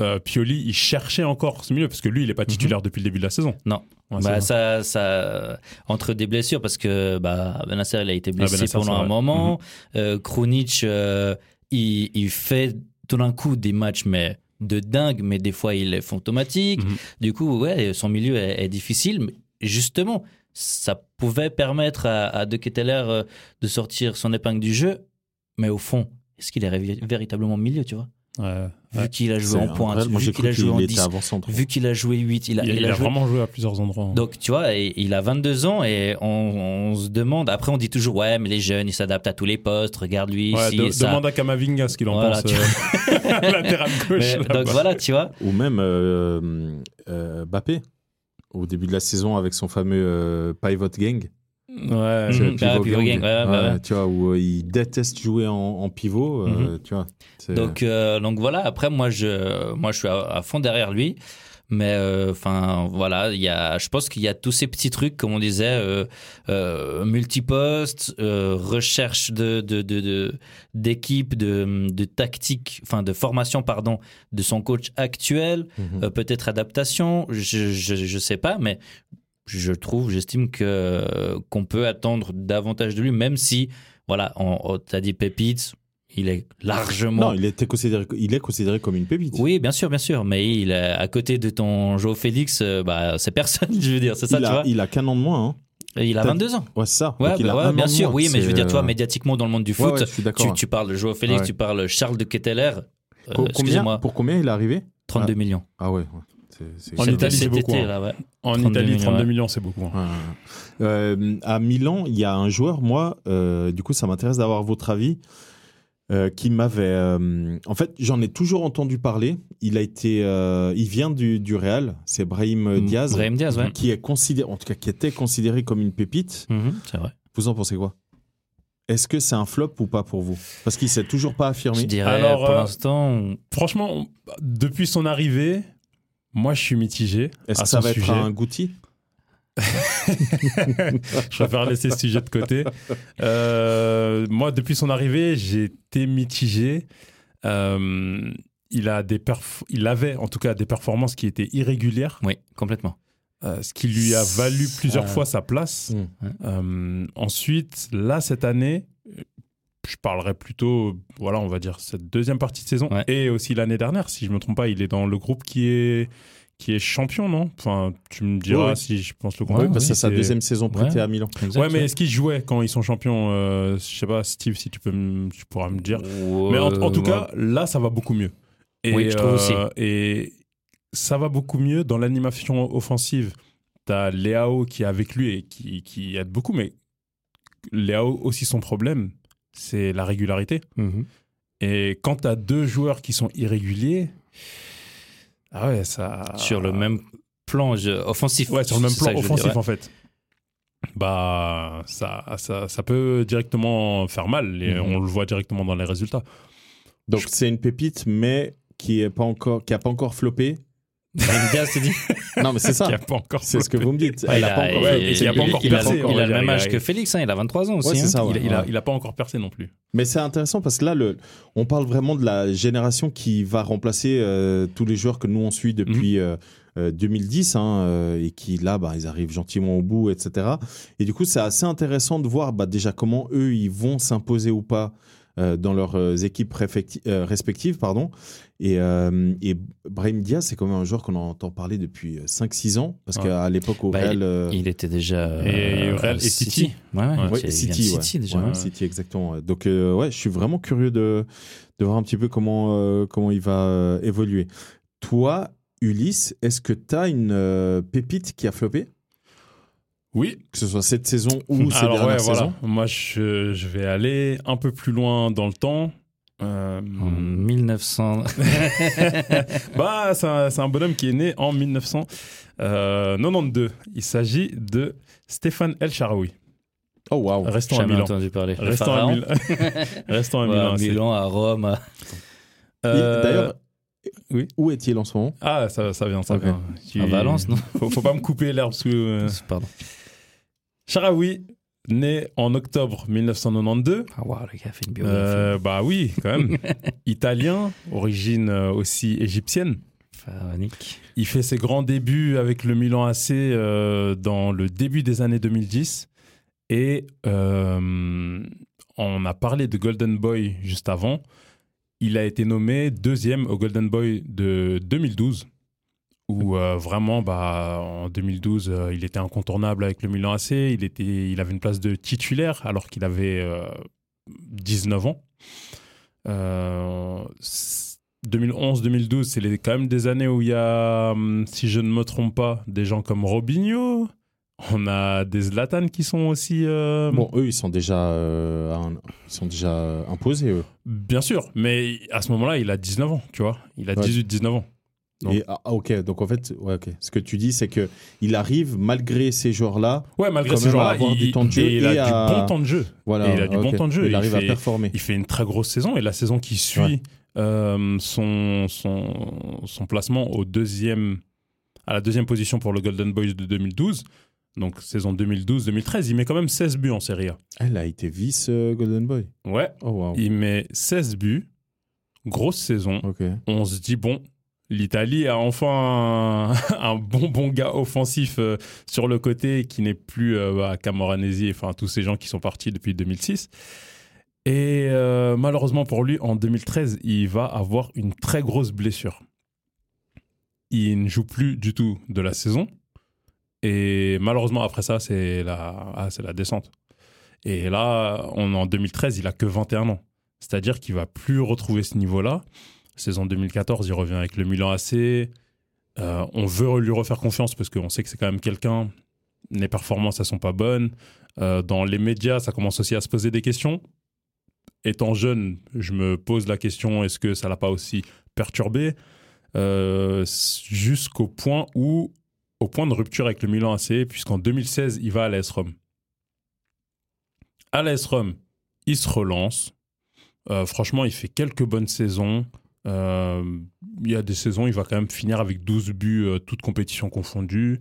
euh, Pioli, il cherchait encore ce milieu, parce que lui, il n'est pas titulaire depuis le début de la saison. Non. Ouais, bah, c'est ça, ça, entre des blessures, parce que bah, Benacer, il a été blessé Benacer, pendant Ah, Ben c'est un vrai. Mhm. moment. Euh, Krunic, euh, il, il fait tout d'un coup des matchs, mais de dingue, mais des fois, il est fantomatique. Mhm. Du coup, ouais, son milieu est, est difficile. Mais justement, ça pouvait permettre à, à De Ketelaere euh, de sortir son épingle du jeu, mais au fond, est-ce qu'il est ré- véritablement milieu, tu vois vrai. Ouais. Vu qu'il a joué C'est en pointe, incroyable. Moi, vu j'ai qu'il cru a joué en qu'il 10, était avant-centre. vu qu'il a joué 8, il a, Il, il il a a joué- vraiment joué à plusieurs endroits. hein. Donc, tu vois, et- il a 22 ans et on, on se demande. Après, on dit toujours, ouais, mais les jeunes, ils s'adaptent à tous les postes, regarde-lui, Ouais, si, de- ça. demande à Kamavinga ce qu'il en Voilà, pense. tu- euh, latéral gauche. Mais, là-bas. donc voilà, tu vois. Ou même euh, euh, Bappé, au début de la saison avec son fameux euh, Pivot Gang. Ouais, C'est le le pivot Mhm. Ah, pivot gang, gang. ouais, ouais, ouais. Ouais, Tu vois, où euh, ils détestent jouer en, en pivot. euh, Tu vois. C'est- Mhm. Donc, euh, donc voilà, après, moi, je, moi, je suis à, à fond derrière lui. Mais euh, enfin, voilà, il y a, je pense qu'il y a tous ces petits trucs, comme on disait, euh, euh, multiposte, euh, recherche de, de, de, de- d'équipe, de, de tactique, enfin de formation, pardon, de son coach actuel, Mhm. euh, peut-être adaptation, je, je, je sais pas, mais je trouve, j'estime que qu'on peut attendre davantage de lui, même si, voilà, on, on- t'as dit pépites, il est Non, largement. il, était considéré, il est considéré comme une pépite. Oui, bien sûr, bien sûr, mais il est à côté de ton Joe Félix, euh, bah, c'est personne, je veux dire, c'est ça, il, tu a, vois. il a qu'un an de moins. hein. Et Il a t'as- 22 ans. Ouais, c'est ça. Ouais, Donc, il bah, a ouais, un an bien de sûr, moins, oui, mais je veux c'est, dire, toi, euh, médiatiquement, dans le monde du ouais, foot, ouais, je suis d'accord. tu, tu parles Joao Félix, Ouais. tu parles Charles de Ketteler. Euh, Co- combien, Excusez-moi, pour combien il est arrivé 32 millions. Ah ouais. ouais. C'est- c'est- En Cet- Italie, c'est cet beaucoup, été, hein. là, ouais. En 32 Italie, millions, 32 ouais. millions, c'est beaucoup. hein. Ouais. Euh, à Milan, il y a un joueur, moi, euh, du coup, ça m'intéresse d'avoir votre avis, euh, qui m'avait. euh, en fait, j'en ai toujours entendu parler. Il a été, euh, il vient du, du Real. C'est Brahim Euh, Diaz, Mm. Mhm. Brahim Diaz, ouais. qui est considéré, en tout cas, qui était considéré comme une pépite. Mhm, c'est vrai. Vous en pensez quoi Est-ce que c'est un flop ou pas pour vous Parce qu'il s'est toujours pas Je affirmé. dirais, Alors, pour euh, l'instant, Franchement, on- depuis son arrivée, moi, je suis mitigé. Est-ce à que ça son va sujet. être un Gouti Je préfère laisser ce sujet de côté. Euh, moi, depuis son arrivée, j'ai été mitigé. Euh, il, a des perf- il avait en tout cas des performances qui étaient irrégulières, oui, complètement. euh, ce qui lui a valu plusieurs Ça- fois sa place. Mm. Ouais. Euh, ensuite, là, cette année, euh, je parlerai plutôt, voilà, on va dire, cette deuxième partie de saison Ouais. et aussi l'année dernière, si je me trompe pas, il est dans le groupe qui est, qui est champion, non Enfin, tu me diras Oui, oui. si je pense le Oui, groupe. parce que bah, c'est sa c'est- deuxième saison prêtée Ouais. à Milan. Ouais, mais est-ce qu'ils jouaient quand ils sont champions euh, Je sais pas, Steve, si tu, peux me- tu pourras me dire. Mais en, en tout cas, là, ça va beaucoup mieux. Et, Euh, euh, Oui, je trouve aussi. Et ça va beaucoup mieux dans l'animation offensive. T'as Léao qui est avec lui et qui, qui aide beaucoup, mais Léao aussi, son problème, c'est la régularité. Mhm. Et quand t'as deux joueurs qui sont irréguliers, ah ouais, ça. sur le même plan je- offensif. Ouais, sur le même c'est plan ça que je veux offensif dire, ouais. en fait. Bah, ça, ça, ça peut directement faire mal et Mhm. on le voit directement dans les résultats. Donc c'est une pépite, mais qui est pas encore, qui a pas encore floppé. Brahim Diaz, c'est dit. Non, mais c'est ça. Qui a pas encore. C'est ce que vous me dites. Ouais, Elle a pas encore- ouais, il- mais il a pas il- encore il a- percé, on Il va a le dire, même il a- âge que Félix, hein, il a 23 ans aussi. Ouais, c'est hein. ça. il, ouais, il a, ouais. il a pas encore percé non plus. Mais c'est intéressant parce que là, le, on parle vraiment de la génération qui va remplacer euh, tous les joueurs que nous on Mhm. suit depuis euh, euh, 2010 hein, euh, et qui là, bah, ils arrivent gentiment au bout, etc. Et du coup, c'est assez intéressant de voir bah, déjà comment eux ils vont s'imposer ou pas euh, dans leurs euh, équipes réfecti- euh, respectives, pardon. Et, euh, et Brahim Diaz, c'est quand même un joueur qu'on entend parler depuis euh, 5-6 ans parce Ouais. qu'à l'époque au Bah, Real, euh, Il était déjà. euh, Et Real et City. Ouais, ouais, Ouais, il Ouais, vient de City, ouais. City déjà. hein. Ouais, ouais. City, exactement. ouais. Donc, euh, ouais, je suis vraiment curieux de, de voir un petit peu comment, euh, comment il va euh, évoluer. Toi, Ulysse, est-ce que tu as une euh, pépite qui a flopé Oui, Que ce soit cette saison ou ces alors ouais, dernières voilà. saisons Moi, je, je vais aller un peu plus loin dans le temps. Euh, En Hmm. 1900. bah, c'est un, c'est un bonhomme qui est né en 1992. euh, Il s'agit de Stéphane El Shaarawy. Oh, waouh. Restons à Jamais Milan. entendu parler. Le Restons à pharaon. Milan. Restons à Ouais, Milan. à c'est- Milan, à Rome. à- Euh, D'ailleurs, oui. où est-il en ce moment Ah, ça, ça vient, ça Ok. vient. Tu- À Valence, non Faut, faut pas me couper l'herbe sous. euh. Pardon. Sharawi, né en octobre 1992. Ah, waouh, le gars fait une biographie. Euh, bah oui, quand même. Italien, origine euh, aussi égyptienne. Pharaonique. Il fait ses grands débuts avec le Milan AC euh, dans le début des années 2010. Et euh, on a parlé de Golden Boy juste avant. Il a été nommé deuxième au Golden Boy de 2012. Où euh, vraiment, bah, en 2012, euh, il était incontournable avec le Milan AC. Il, était, il avait une place de titulaire alors qu'il avait euh, 19 ans. Euh, 2011-2012, c'est les- quand même des années où il y a, hum, si je ne me trompe pas, des gens comme Robinho. On a des Zlatan qui sont aussi. euh, Bon, eux, ils sont déjà, euh, à un- ils sont déjà euh, imposés, eux. Bien sûr, mais à ce moment-là, il a 19 ans, tu vois. Il a Ouais. 18-19 ans. Donc- Et, ah, ah, ok, donc en fait, ouais, ok. ce que tu dis, c'est que il arrive, malgré ces joueurs-là, Ouais, malgré Quand ce même, genre-là, avoir il, du temps de jeu et il et a à- du bon temps de jeu. voilà, Et il a du bon ok. temps de jeu, Il, il arrive fait- à performer. Il fait une très grosse saison et la saison qui suit Ouais. euh, son, son, son placement au deuxième, à la deuxième position pour le Golden Boys de 2012. Donc saison 2012-2013, il met quand même 16 buts en Serie A. Elle a été vice euh, Golden Boy. Ouais, Oh wow. il met 16 buts, grosse saison. Ok. On se dit bon, l'Italie a enfin un, un bon bon gars offensif euh, sur le côté qui n'est plus euh, bah, Camoranesi, enfin tous ces gens qui sont partis depuis 2006. Et euh, malheureusement pour lui, en 2013, il va avoir une très grosse blessure. Il ne joue plus du tout de la saison. Et malheureusement, après ça, c'est la, ah, c'est la descente. Et là, on, en 2013, il a que 21 ans. C'est-à-dire qu'il va plus retrouver ce niveau-là. Saison 2014, il revient avec le Milan AC. Euh, on veut lui refaire confiance parce qu'on sait que c'est quand même quelqu'un. Les performances, elles sont pas bonnes. Euh, dans les médias, ça commence aussi à se poser des questions. Étant jeune, je me pose la question est-ce que ça l'a pas aussi perturbé Euh, Jusqu'au point où, au point de rupture avec le Milan AC, puisqu'en 2016, il va à l'AS Rome. À l'AS Rome, il se relance. Euh, franchement, il fait quelques bonnes saisons. Euh, il y a des saisons, il va quand même finir avec 12 buts, euh, toutes compétitions confondues.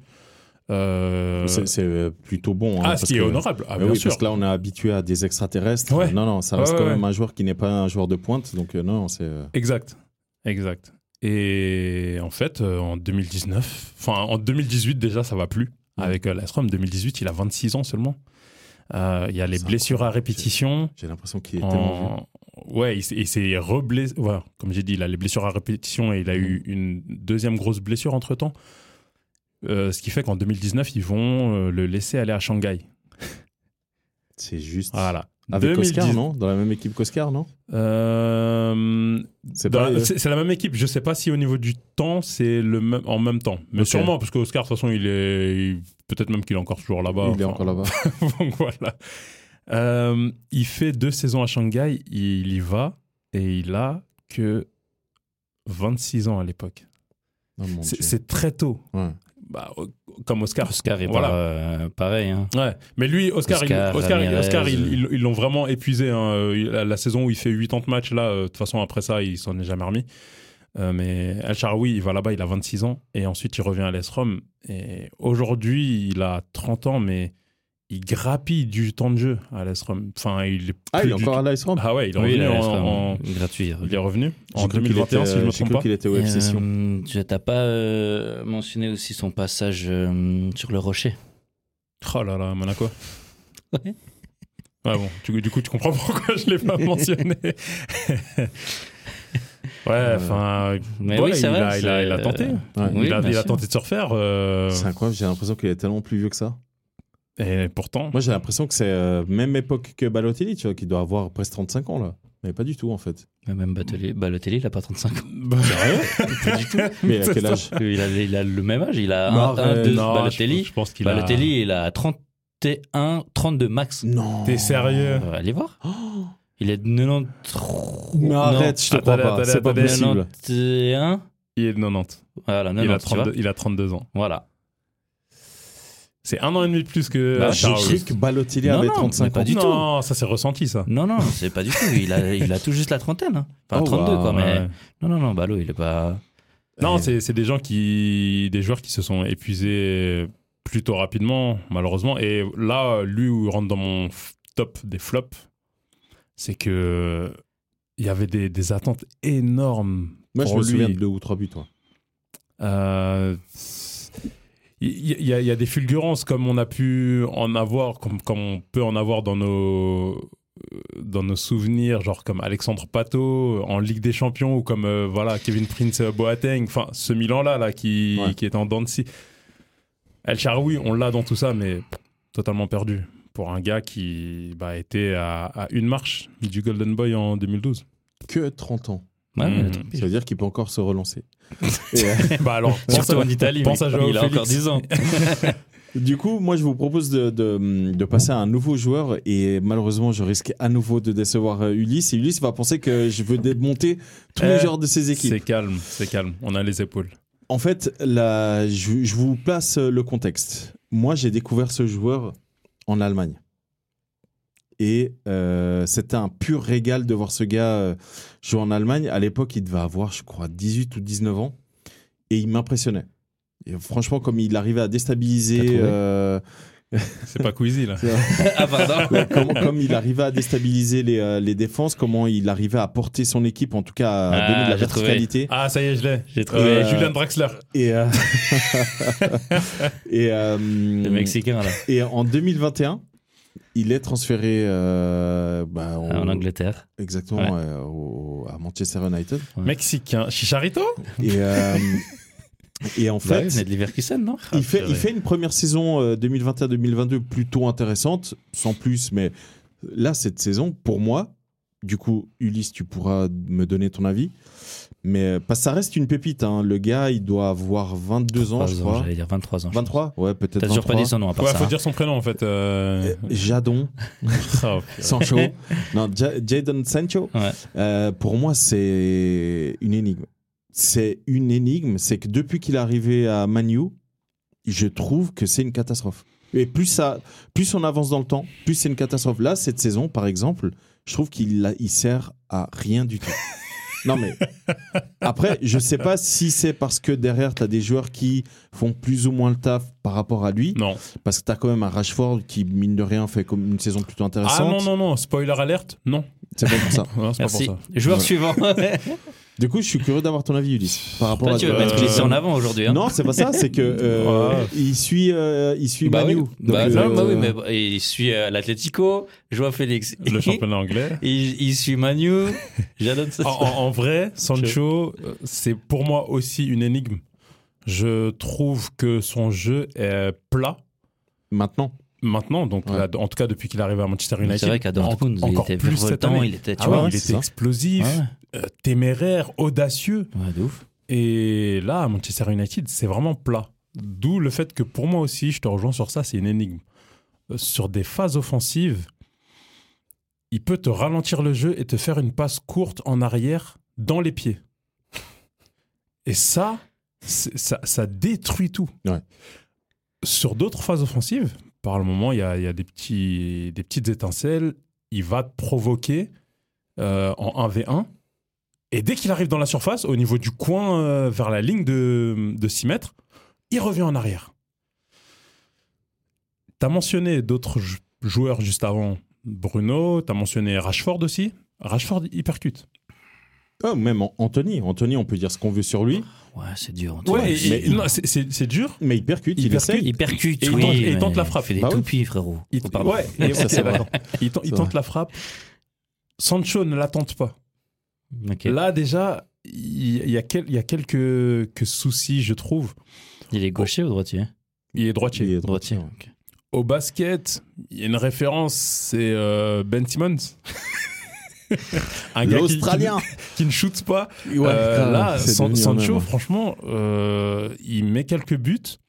Euh, C'est- C'est euh, plutôt bon. hein, ah, parce ce qui est que- honorable, ah, Mais bien oui, sûr. parce que là, on est habitué à des extraterrestres. Ouais. Non, non, ça reste Ouais, quand ouais, même un joueur qui n'est pas un joueur de pointe. Donc, euh, non, c'est. euh, Exact, exact. Et en fait, euh, en 2019, enfin en 2018 déjà, ça va plus. Avec euh, l'AS Rome, 2018, il a 26 ans seulement. Euh, Il y a les C'est blessures à incroyable. répétition. J'ai l'impression qu'il est En- tellement vieux. Ouais, il s'est- il s'est reblessé. Voilà, comme j'ai dit, il a les blessures à répétition et il a eu une deuxième grosse blessure entre temps. ce qui fait qu'en 2019, ils vont euh, le laisser aller à Shanghai. C'est juste. Voilà. Avec 2010. Oscar, non Dans la même équipe qu'Oscar, non Euh, C'est dans pas, la- euh, C'est c'est la même équipe. Je sais pas si au niveau du temps, c'est le même en même temps. Mais Ok. sûrement, parce qu'Oscar, de toute façon, il est. il- Peut-être même qu'il est encore toujours là-bas. Il est Enfin, encore là-bas. Donc voilà. Euh, il fait deux saisons à Shanghai, il y va et il a que 26 ans à l'époque. Oh, mon C'est Dieu. c'est très tôt. Ouais. Bah, o- comme Oscar. Oscar Ah, est Voilà. par- euh, pareil. hein. Ouais. Mais lui, Oscar, Oscar, il- Oscar, il- Ramirez. Oscar, il- il- ils l'ont vraiment épuisé. hein. Il- La, la saison où il fait 80 matchs, là, euh, de toute façon, après ça, il s'en est jamais remis. Euh, mais El Shaarawy, il va là-bas, il a 26 ans. Et ensuite, il revient à l'AS Rome. Et aujourd'hui, il a 30 ans, mais il grappille du temps de jeu à l'AS Rome. Enfin, il est Ah, plus il est du encore à tout- l'Ice Rome Ah ouais, il est Oui, revenu, il a- en, enfin, en- gratuit. il revient. il est revenu en J'ai cru qu'il 2021, était, si je euh, me j'ai trompe cru pas. qu'il était au FC Sion. Euh, tu n'as pas euh, mentionné aussi son passage euh, sur le rocher. Oh là là, Monaco. Ouais. Ouais, bon, tu- du coup, tu comprends pourquoi je l'ai pas mentionné. ouais, enfin. Euh, Mais ouais, oui, il, c'est vrai. a, c'est- il, a, euh, il a tenté. Ouais. oui, il a, bien il a sûr. tenté de se refaire. euh, C'est incroyable, j'ai l'impression qu'il est tellement plus vieux que ça. et pourtant. Moi, j'ai l'impression que c'est euh, même époque que Balotelli, tu vois, qui doit avoir presque 35 ans, là. Mais pas du tout, en fait. Mais Bah, Même Balotelli, Balotelli, il n'a pas 35 ans. Bah, Pas du tout. Mais à C'est quel ça. âge il, a, il a le même âge. Il a Non, 1, euh, 2, non, Balotelli. Je, je pense qu'il a. Balotelli, il a 31, 32 max. Non T'es sérieux Euh, allez voir. Oh. Il est Ah, de 93. Mais non, arrête, je te Attendez, crois pas, attendez, c'est pas attendez. possible. 91. Il est de 90. Voilà, il, a 90, tu vois. 32, il a 32 ans. Voilà. C'est un an et demi de plus que. Bah, Ah, je- J'ai Charles. cru que Balotelli Non, avait non, 35 mais pas ans. du tout. Non, ça s'est ressenti, ça. Non, non, c'est pas du tout. Il a, il a tout juste la trentaine. hein. Enfin, Oh, 32 wow, quoi, mais. Ouais. Non, non, non, Balo, il est pas. Non, Et- c'est c'est des gens qui, des joueurs qui se sont épuisés plutôt rapidement, malheureusement. Et là, lui où il rentre dans mon f- top des flops, c'est que il y avait des, des attentes énormes Moi, je pour me lui. souviens de deux ou trois buts, toi. Euh, Il y, il y a- il y a des fulgurances comme on a pu en avoir, comme, comme on peut en avoir dans nos, euh, dans nos souvenirs, genre comme Alexandre Pato euh, en Ligue des Champions ou comme euh, voilà, Kevin Prince Boateng, enfin ce Milan-là là, qui, Ouais. qui est en Dancy. El Charoui, on l'a dans tout ça, mais totalement perdu pour un gars qui bah, était à, à une marche du Golden Boy en 2012. Que 30 ans. Ouais, il a Mhm. tout- Ça veut dire qu'il peut encore se relancer. Et, euh, bah alors, pense Surtout à- en Italie. pense mec. à Joao il a Félix. encore 10 ans. Du coup, moi, je vous propose de, de- de passer à un nouveau joueur et malheureusement, je risque à nouveau de décevoir euh, Ulysse. Et Ulysse va penser que je veux démonter tous les Eh, joueurs de ses équipes. C'est calme, c'est calme, on a les épaules. En fait, la- je, je vous place euh, le contexte. Moi, j'ai découvert ce joueur en Allemagne. Et euh, c'était un pur régal de voir ce gars euh, jouer en Allemagne. À l'époque, il devait avoir, je crois, 18 ou 19 ans. Et il m'impressionnait. Et franchement, comme il arrivait à T'as déstabiliser. trouvé euh, C'est pas Queasy, là. ah, pardon. comme, comme il arrivait à déstabiliser les, euh, les défenses, comment il arrivait à porter son équipe, en tout cas à Ah, donner de la j'ai trouvé. verticalité. Ah, ça y est, je l'ai. J'ai trouvé Euh, Euh, Julian Draxler. Et, euh, et, euh, le Mexicain, là, et en 2021, il est transféré euh, bah, au- en Angleterre. Exactement, euh, au- à Manchester United. Mexicain. Chicharito Et, euh, et en Bah, ouais, il fait, venait de Leverkusen, non il, fait, Ah, il fait une première saison euh, 2021-2022 plutôt intéressante, sans plus, mais là, cette saison, pour moi, du coup, Ulysse, tu pourras me donner ton avis, mais euh, parce que ça reste une pépite. hein. Le gars, il doit avoir 22 ans, purée. je 23 ans, crois. J'allais dire 23 ans. je 23 Ouais, pense. peut-être. T'as toujours pas 23. dit son nom à part Ouais, ça. faut hein. dire son prénom, en fait. euh. Euh, Jadon, Oh, purée. Sancho, non, Ja- Jadon Sancho. Ouais. Euh, pour moi, c'est une énigme. C'est une énigme. C'est que depuis qu'il est arrivé à Manu, je trouve que c'est une catastrophe. Et plus ça, plus on avance dans le temps, plus c'est une catastrophe. Là, cette saison, par exemple, je trouve qu'il a- il sert à rien du tout. Non mais après, je sais pas si c'est parce que derrière tu as des joueurs qui font plus ou moins le taf par rapport à lui, Non. parce que tu as quand même un Rashford qui mine de rien fait comme une saison plutôt intéressante. Ah non, non, non. Spoiler alerte Non. C'est pas pour ça. Non, c'est pas pour Merci. ça. Joueur Ouais. suivant. Toi, Du coup, je suis curieux d'avoir ton avis, Ulysse, par rapport à. Bah, tu vas Euh, mettre les en avant aujourd'hui. Hein. Non, c'est pas ça. C'est que euh, Ouais. il suit, euh, il suit Ah. Bah oui, Manu. Donc, bah, euh, non, bah oui, mais bon, et il suit euh, l'Atlético, Joao Félix. Le championnat anglais. il, il suit Manu, Jadon En, en- en vrai, Sancho, euh, c'est pour moi aussi une énigme. Je trouve que son jeu est plat Maintenant. maintenant, donc Ouais. là, en tout cas depuis qu'il est arrivé à Manchester United. C'est vrai qu'à Dortmund, en- il encore était plus cette virevoltant, année. il était, tu Ah ouais, vois. il c'est était ça. explosif, euh, téméraire, audacieux. Ouais, de ouf. Et là, à Manchester United, c'est vraiment plat. D'où le fait que pour moi aussi, je te rejoins sur ça, c'est une énigme. Euh, Sur des phases offensives, il peut te ralentir le jeu et te faire une passe courte en arrière dans les pieds. Et ça, c'est- ça, ça détruit tout. Ouais. Sur d'autres phases offensives, par le moment, il y a, il y a des, petits, des petites étincelles. Il va te provoquer euh, en 1v1. Et dès qu'il arrive dans la surface, au niveau du coin euh, vers la ligne de, de 6 mètres, il revient en arrière. T'as mentionné d'autres jou- joueurs juste avant Bruno, t'as mentionné Rashford aussi. Rashford, il percute. Oh, même An- Anthony. Anthony, on peut dire ce qu'on veut sur lui, Ouais, c'est dur. Antoine. Ouais, mais et- et- non, c'est- c'est c'est dur. mais il percute, il, Il percute. essaye. il percute, et il oui, tente- et il mais tente la frappe. Il fait des Bah oui. toupies, frérot. Il, Oh, pardon. ouais, et- Ça, ok, c'est vrai. d'accord. Il tente- il C'est tente la frappe. Sancho ne l'attente pas. Ok. Là, déjà, il il y a, quel- il y a quelques que soucis, je trouve. Il est gaucher ou droitier Il est droitier. Il est Droitier. droitier. ok. Au basket, il y a une référence, c'est euh, Ben Simmons. Un gars qui- L'Australien. Qui, qui ne shoot pas. Ouais, Euh, putain, là, c'est San- devenu un Sancho, homme. franchement, euh, il met quelques buts,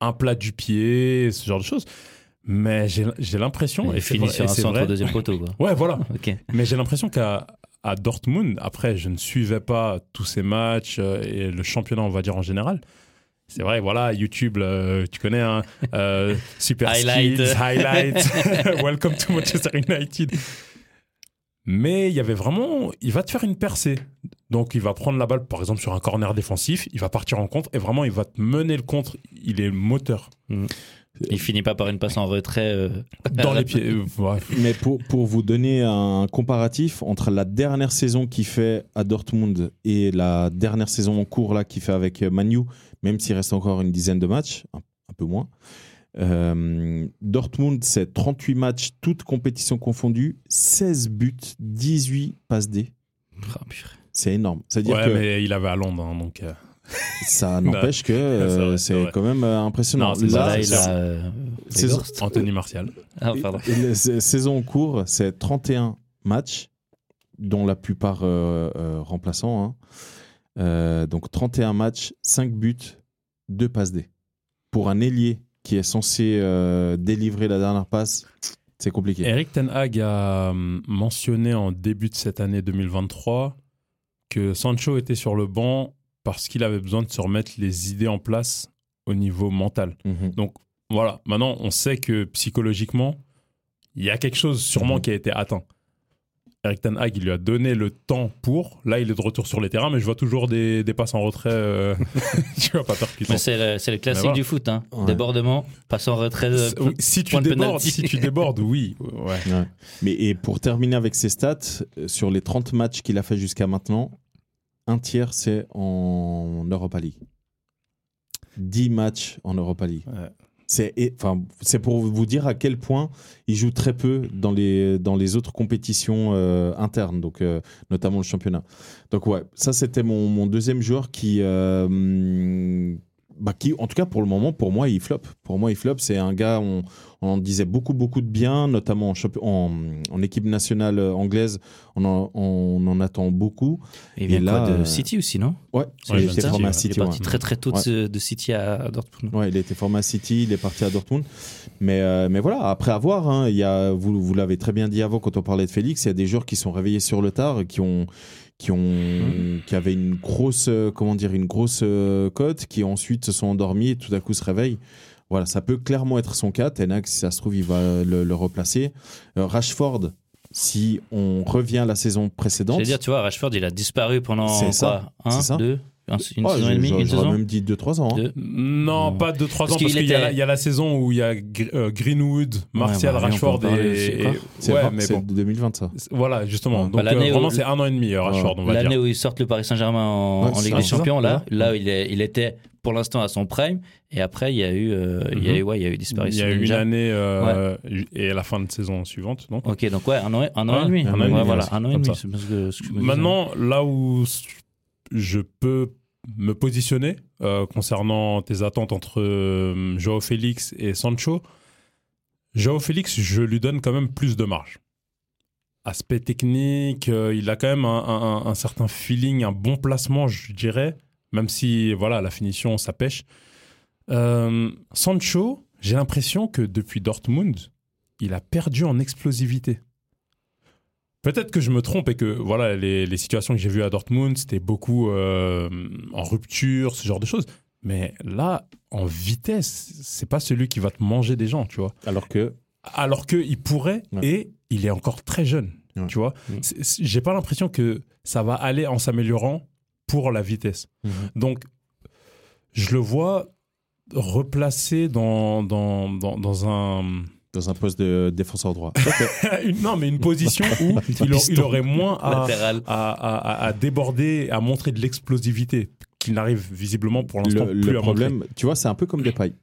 un plat du pied, ce genre de choses. Mais j'ai j'ai l'impression. Il et c'est finit vrai- sur et un c'est centre vrai- au deuxième poteau, quoi. Ouais, voilà. Ok. Mais j'ai l'impression qu'à à Dortmund, après, je ne suivais pas tous ces matchs euh, et le championnat, on va dire en général. C'est vrai, voilà, YouTube, euh, tu connais, hein, euh, Super Highlight. Skills, Highlight, Welcome to Manchester United. Mais il y avait vraiment, il va te faire une percée. Donc il va prendre la balle, par exemple, sur un corner défensif, il va partir en contre et vraiment, il va te mener le contre. Il est moteur Il finit pas par une passe en retrait. euh, dans les pieds. Euh, ouais. Mais pour, pour vous donner un comparatif entre la dernière saison qu'il fait à Dortmund et la dernière saison en cours là qu'il fait avec euh, Manu, même s'il reste encore une dizaine de matchs, un, un peu moins. euh, Dortmund, c'est 38 matchs, toutes compétitions confondues, 16 buts, 18 passes D. Ah, purée. C'est énorme. C'est-à-dire Ouais, que mais il avait à Londres, hein, donc. euh, ça n'empêche que euh, C'est vrai, c'est c'est vrai. quand même euh, impressionnant. Non, c'est Bah, ça, là, il c'est- a. euh, c'est- Weghorst. Anthony Martial. Ah, pardon. Et- et la sa- saison en cours, c'est 31 matchs, dont la plupart euh, euh, remplaçants. hein. Euh, donc 31 matchs, 5 buts, 2 passes D. Pour un ailier qui est censé euh, délivrer la dernière passe, c'est compliqué. Eric Ten Hag a hum, mentionné en début de cette année 2023 que Sancho était sur le banc parce qu'il avait besoin de se remettre les idées en place au niveau mental. Mhm. Donc voilà, maintenant on sait que psychologiquement, il y a quelque chose Mm-hmm. sûrement qui a été atteint. Eric Ten Hag, il lui a donné le temps pour. Là, il est de retour sur les terrains, mais je vois toujours des, des passes en retrait. euh, tu vois, pas percutant. Mais c'est le, c'est le classique voilà. du foot. Hein. Ouais. Débordement, passe en retrait. euh, Oui, Si tu point de débordes, penalty. si tu débordes, oui. Ouais. Mais et pour terminer avec ses stats, euh, sur les 30 matchs qu'il a fait jusqu'à maintenant, un tiers c'est en Europa League. 10 matchs en Europa League. Ouais. C'est et- enfin c'est pour vous dire à quel point il joue très peu dans les dans les autres compétitions euh, internes donc euh, notamment le championnat. Donc ouais, ça c'était mon, mon deuxième joueur qui euh, bah, qui en tout cas pour le moment pour moi il flop. Pour moi il flop, c'est un gars on on en disait beaucoup, beaucoup de bien, notamment en, champi- en- en équipe nationale euh, anglaise. On en, on en attend beaucoup. Il vient Et là, quoi, de euh, City aussi, non Ouais, Ouais, il j'aime était ça. formé à Il est Il est City. parti ouais. très très tôt de, Ouais. ce- de City à, à Dortmund. Ouais, il était formé à City, il est parti à Dortmund. Mais, euh, mais voilà, après avoir, hein, il y a, vous, vous l'avez très bien dit avant quand on parlait de Félix, il y a des joueurs qui sont réveillés sur le tard, et qui ont qui ont Mmh. qui avaient une grosse euh, comment dire une grosse euh, cote, qui ensuite se sont endormis et tout à coup se réveillent. Voilà, ça peut clairement être son cas. Tenac, si ça se trouve, il va le, le replacer. Euh, Rashford, si on revient à la saison précédente, J'allais dire, tu vois, Rashford, il a disparu pendant C'est quoi, ça, un, c'est ça. deux, un- une Oh, saison et je- demie, je- une j'aurais saison. même dit 2-3 ans. hein. Deux. Non, Non. pas 2-3 ans, parce Parce qu'il qu'il y, a était- la- il y a la saison où il y a Gr- euh, Greenwood, Martial, bah, oui, on peut en Rashford parler et. aussi, et- quoi. C'est ouais, vrai, mais c'est bon. 2020 ça. C'est- Voilà, justement. Bah, Donc, euh, l'année où- vraiment, c'est un an et demi, euh, Rashford, on va L'année dire. où ils sortent le Paris Saint-Germain en, Ouais, en c'est Ligue ça. des Champions, là, Ouais. là, il, est- il était pour l'instant à son prime. Et après, il y a eu, euh, il y a Mhm. eu, ouais, il y a eu Il y disparition. a eu une déjà. année euh, et la fin de saison suivante, donc. Ok, donc ouais, un an et, un an Ouais, et demi. un an et demi, Ouais, voilà, ouais, un an et comme demi. ça. c'est parce que- ce que je me hein. disais. Maintenant, là où je peux me positionner euh, concernant tes attentes entre euh, Joao Félix et Sancho, Joao Félix, je lui donne quand même plus de marge. Aspect technique, euh, il a quand même un, un- un certain feeling, un bon placement, je dirais, même si voilà la finition, ça pêche. Euh, Sancho, j'ai l'impression que depuis Dortmund, il a perdu en explosivité. Peut-être que je me trompe et que voilà les, les situations que j'ai vues à Dortmund, c'était beaucoup euh, en rupture, ce genre de choses. Mais là, en vitesse, c'est pas celui qui va te manger des gens, tu vois. Alors que Alors qu'il pourrait Ouais. et il est encore très jeune, Ouais. tu vois. Mhm. C'est- c'est- J'ai pas l'impression que ça va aller en s'améliorant pour la vitesse. Mhm. Donc, je le vois replacé dans, dans, dans, dans un. dans un poste de défenseur droit. une- non, mais une position où il, a- il aurait moins à, latéral. à, à- à- à déborder, à montrer de l'explosivité qu'il n'arrive visiblement pour l'instant le, plus le à montrer. problème, tu vois, c'est un peu comme des pailles.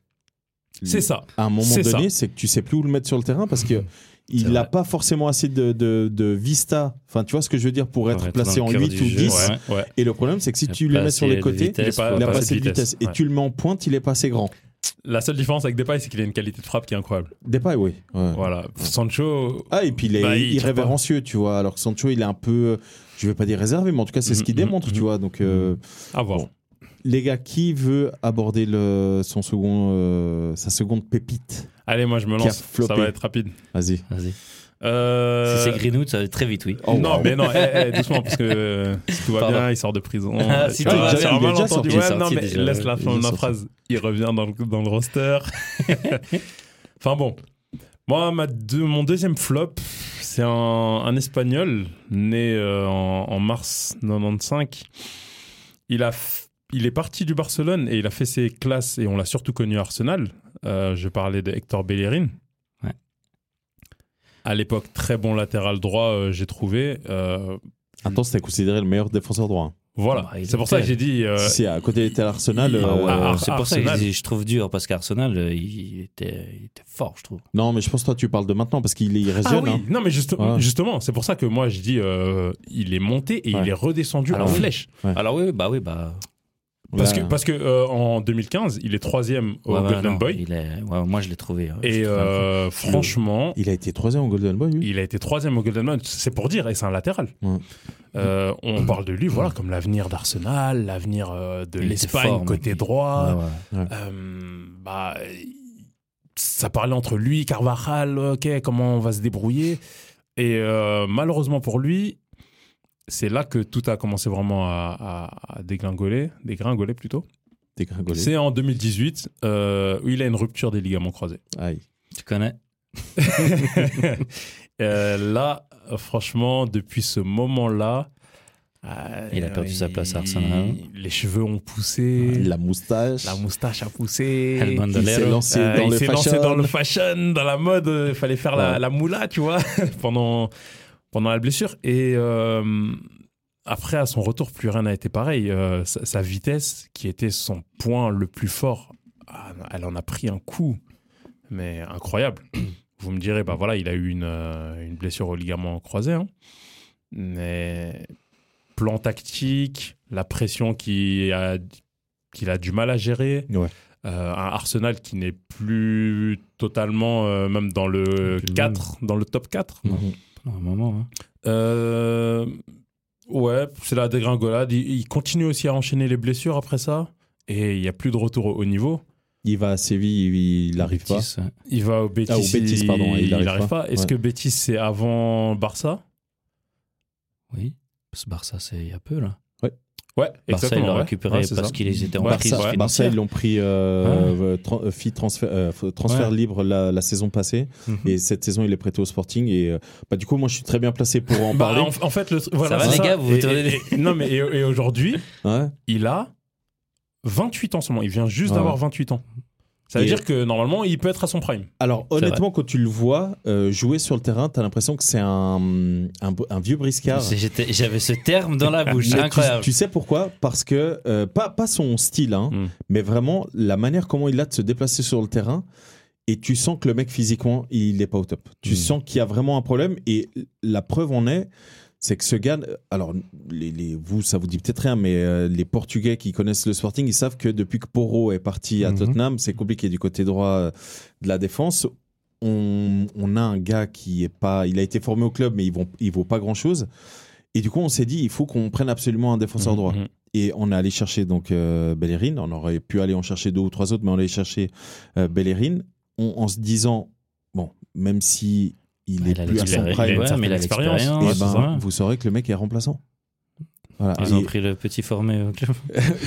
C'est ça. À un moment c'est donné, c'est que tu sais plus où le mettre sur le terrain parce que il vrai. n'a pas forcément assez de, de, de vista. Enfin, tu vois ce que je veux dire pour être Pour être placé dans en le cœur 8 du ou jeu, 10. ouais. Ouais. Et le problème, c'est que si Il a tu le pas mets sur assez les de côtés, vitesse, il est pas- ouais. il n'a a pas assez assez de de vitesse. vitesse, ouais. Et tu le mets en pointe, il n'est pas assez grand. La seule différence avec Depay, c'est qu'il a une qualité de frappe qui est incroyable. Des pailles, oui. Ouais. Voilà. Sancho, Ah, et puis il est Bah, il tire pas. irrévérencieux, tu vois. Alors que Sancho, il est un peu, je vais pas dire réservé, mais en tout cas, c'est ce qu'il Mhm, démontre, mhm, tu vois. Donc, euh, à voir. Bon. les gars, qui veut aborder le, son second, euh, sa seconde pépite Allez, moi je me Qui a lance. flopé. Ça va être rapide. Vas-y. Vas-y. Euh, Si c'est Greenwood, ça va très vite, oui. Oh, non, wow. mais non, eh, eh, doucement, parce que euh, si tout va Pardon. bien, il sort de prison. Ah, si Tu tout vois, va c'est bien, un il est déjà malentendu. sorti. Ouais, Il est non, sorti mais déjà, laisse la il est fin de ma sorti. phrase. Il revient dans le, dans le roster. enfin bon. Moi, ma deux- mon deuxième flop, c'est un, un Espagnol né euh, en, en mars 95. Il, a, f- il est parti du Barcelone et il a fait ses classes, et on l'a surtout connu à Arsenal. Euh, je parlais de Hector Bellerin. Ouais. À l'époque, très bon latéral droit, euh, j'ai trouvé. Euh, Attends, c'était considéré le meilleur défenseur droit. hein. voilà, Bah, il c'est pour était- ça que j'ai dit. euh, Si c'est à côté était l'Arsenal. il- euh, Ah ouais. Ah, Ar- c'est pour ça Arsenal. que je, dis- je trouve dur parce qu'Arsenal, euh, il était, il était fort, je trouve. Non, mais je pense toi tu parles de maintenant parce qu'il est il reste ah jeune, oui, hein. non mais juste- Ouais. justement, c'est pour ça que moi je dis, euh, il est monté et Ouais. il est redescendu Alors en oui. flèche. Alors oui, bah oui, bah. Parce Là, que parce que euh, en 2015, il est troisième au ouais, ouais, Golden non, Boy il est- ouais, moi, je l'ai trouvé. hein, je et l'ai trouvé incroyable. euh, franchement, il a été troisième au Golden Boy. Oui. il a été troisième au Golden Boy. C'est pour dire, et c'est un latéral. Ouais. Euh, on parle de lui, voilà, comme l'avenir d'Arsenal, l'avenir euh, de Il était fort, l'Espagne mec. côté droit. Ouais, ouais. Euh, bah, ça parlait entre lui, Carvajal, ok, comment on va se débrouiller. Et euh, malheureusement pour lui, c'est là que tout a commencé vraiment à, à, à dégringoler, dégringoler plutôt. Dégringolé. C'est en 2018 euh, où il a une rupture des ligaments croisés. Aïe. Tu connais Euh, là, franchement, depuis ce moment-là, euh, Il a perdu sa place à Arsenal. hein. Les cheveux ont poussé, La moustache. la moustache a poussé. El Il Il Bandolero. s'est lancé Euh, dans il le s'est lancé fashion. dans le fashion, dans la mode. euh, Il fallait faire la, Ouais. la moula, tu vois, pendant, pendant la blessure. Et euh, après, à son retour, plus rien n'a été pareil. Euh, sa, sa vitesse, qui était son point le plus fort, ah, elle en a pris un coup, mais incroyable. Vous me direz, bah voilà, il a eu une, euh, une blessure au ligament croisé. hein. Mais plan tactique, la pression qui a- qu'il a du mal à gérer. Euh, un Arsenal qui n'est plus totalement, euh, même dans le Plus le 4, dans le top 4. Mhm. Pendant un moment. hein. Euh, ouais, c'est la dégringolade. Il, il continue aussi à enchaîner les blessures après ça. Et il n'y a plus de retour au haut niveau. Il va à Séville, il n'arrive pas. Métis, ouais. Il va au Betis. Ah, au Betis, il- pardon, il il arrive n'arrive pas. pas. Est-ce Ouais. que Betis, c'est avant Barça Oui. Ce Barça, c'est il y a peu, là. Ouais, Barça, il l'a ouais. récupéré Ouais, c'est parce ça. qu'ils étaient en Ouais, crise c'est ça. Barça, financière. Barça, ils l'ont pris euh, tra- euh, fee transfert, euh, f- transfert Ouais. libre la, la saison passée. Mhm. Et cette saison, il est prêté au Sporting. Et euh, bah, du coup, moi, je suis très bien placé pour en Bah, parler. en, en fait, le, voilà, va, c'est les gars, vous Et- vous tournez et- les- et- Non, mais et, et aujourd'hui, Ouais. il a 28 ans seulement. Il vient juste Ouais. d'avoir 28 ans. Ça veut Et- dire que normalement, il peut être à son prime. Alors, C'est honnêtement, quand tu le vois euh, jouer sur le terrain, tu as l'impression que c'est un, un, un vieux briscard. C'est- j'étais- J'avais ce terme dans la bouche, Mais c'est tu- incroyable. Tu, sais pourquoi Parce que, euh, pas, pas son style, hein, Hmm. Mm. mais vraiment la manière comment il a de se déplacer sur le terrain. Et tu sens que le mec, physiquement, il n'est pas au top. Tu Hmm. Mm. sens qu'il y a vraiment un problème. Et la preuve en est, c'est que ce gars. Alors, les, les- vous, ça vous dit peut-être rien, mais euh, les Portugais qui connaissent le Sporting, ils savent que depuis que Poro est parti à Mhm. Tottenham, c'est compliqué du côté droit euh, de la défense. On, on a un gars qui est pas. Il a été formé au club, mais il ne il vaut pas grand-chose. Et du coup, on s'est dit, il faut qu'on prenne absolument un défenseur droit. Mhm. Et on est allé chercher donc euh, Bellerin. On aurait pu aller en chercher deux ou trois autres, mais on est allé chercher euh, Bellerin en- en se disant, bon, même si il Bah, est il a plus à son l'expérience, prime, ouais, une mais il a certaine l'expérience. expérience. eh ouais, c'est ben, ça. vous saurez que le mec est remplaçant. Voilà. Ils ont Et- pris le petit formé au club.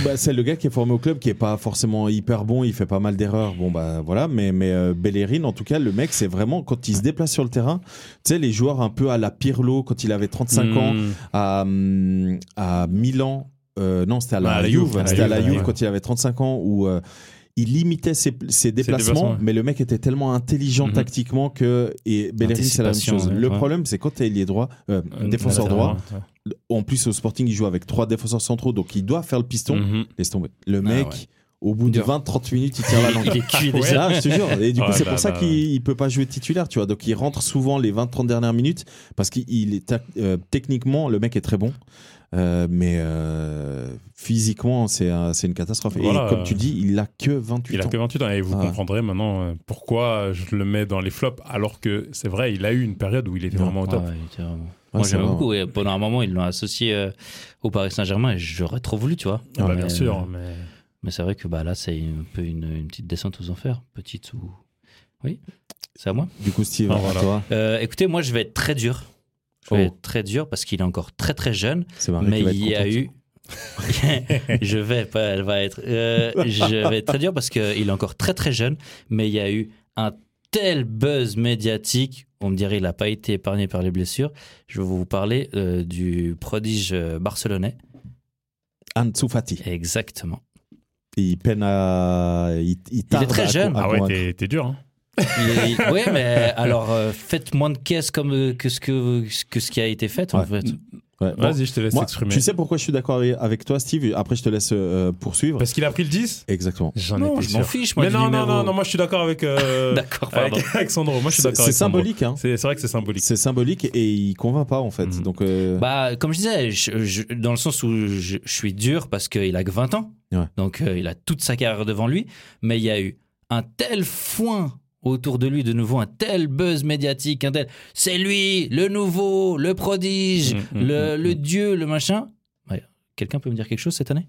bah, c'est le gars qui est formé au club, qui est pas forcément hyper bon, il fait pas mal d'erreurs. Bon bah voilà, mais mais euh, Bellerin, en tout cas, le mec, c'est vraiment quand il se déplace sur le terrain, tu sais les joueurs un peu à la Pirlo quand il avait 35 ans Mm. à, hum, à Milan. euh, non, c'était à la, Ah, à la Juve. Juve, à la C'était à la Juve, Juve ouais. quand il avait 35 ans où euh, il limitait ses, ses déplacements, déplacements, ouais. mais le mec était tellement intelligent Mhm. tactiquement que. Et Bellerin, c'est la même Anticipation, chose. ouais, le ouais. problème, c'est quand tu es droit, euh, défenseur Ouais, droit, ouais. en plus au Sporting, il joue avec trois défenseurs centraux, donc il doit faire le piston. Mm-hmm. Mhm. Laisse tomber. Le mec, ouais. au bout de Dur. 20-30 minutes, il tient la langue. Il est cuit Ouais. déjà. Là, je te jure. Et du coup, Ouais, c'est bah, pour ça bah, qu'il il peut pas jouer titulaire, tu vois. Donc, il rentre souvent les 20-30 dernières minutes parce qu'il il est tac- euh, techniquement, le mec est très bon. Euh, mais euh, physiquement, c'est un- c'est une catastrophe. Voilà. Et comme tu dis, il a que 28 Il a ans. que 28 ans et vous Ah ouais. comprendrez maintenant euh, pourquoi je le mets dans les flops alors que c'est vrai, il a eu une période où il était Non, vraiment au top. Ouais, il était vraiment- Ouais, Moi, c'est j'aime vrai. beaucoup. Et pendant un moment, ils l'ont associé euh, au Paris Saint-Germain et j'aurais trop voulu, tu vois. Ah bah, Mais- bien sûr, mais Mais c'est vrai que bah, là, c'est un peu une, une petite descente aux enfers. Petite ou. Oui, c'est à moi. Du coup, Steve, Ah, à voilà. toi, Euh, écoutez, moi, je vais être très dur. Je vais Oh. être très dur parce qu'il est encore très très jeune. c'est Marie mais qui va être il y a contente. eu. je vais pas, elle va être. Euh, je vais être très dur parce qu'il est encore très très jeune, mais il y a eu un tel buzz médiatique. On me dirait il n'a pas été épargné par les blessures. Je vais vous parler euh, du prodige euh, barcelonais. Ansu Fati. Exactement. Et il peine à. Il, tarde très à- jeune. à ah ouais, convaincre. t'es- t'es dur. hein. Il- il- ouais, mais alors euh, faites moins de caisses comme euh, que ce que, que ce qui a été fait en Ouais. fait. Ouais. Bon, Vas-y, je te laisse moi, t'exprimer. tu sais pourquoi je suis d'accord avec toi, Steve Après, je te laisse euh, poursuivre. Parce qu'il a pris le 10 Exactement. J'en Non, étais je m'en sûr. fiche moi. Mais du non, non, numéro. non, non, moi je suis d'accord avec, euh, D'accord, avec, pardon. avec Sandro. Moi je suis C'est d'accord c'est avec Sandro. symbolique, hein. C'est c'est vrai que c'est symbolique. C'est symbolique et il convainc pas en fait. Mhm. Donc euh, Bah, comme je disais, je- je- dans le sens où je, je suis dur parce qu'il a que 20 ans. Ouais. Donc, euh, il a toute sa carrière devant lui. Mais il y a eu un tel foin autour de lui, de nouveau, un tel buzz médiatique, un tel « c'est lui, le nouveau, le prodige, Mm, mm, le, mm, le mm. dieu, le machin Ouais. Quelqu'un peut me dire quelque chose cette année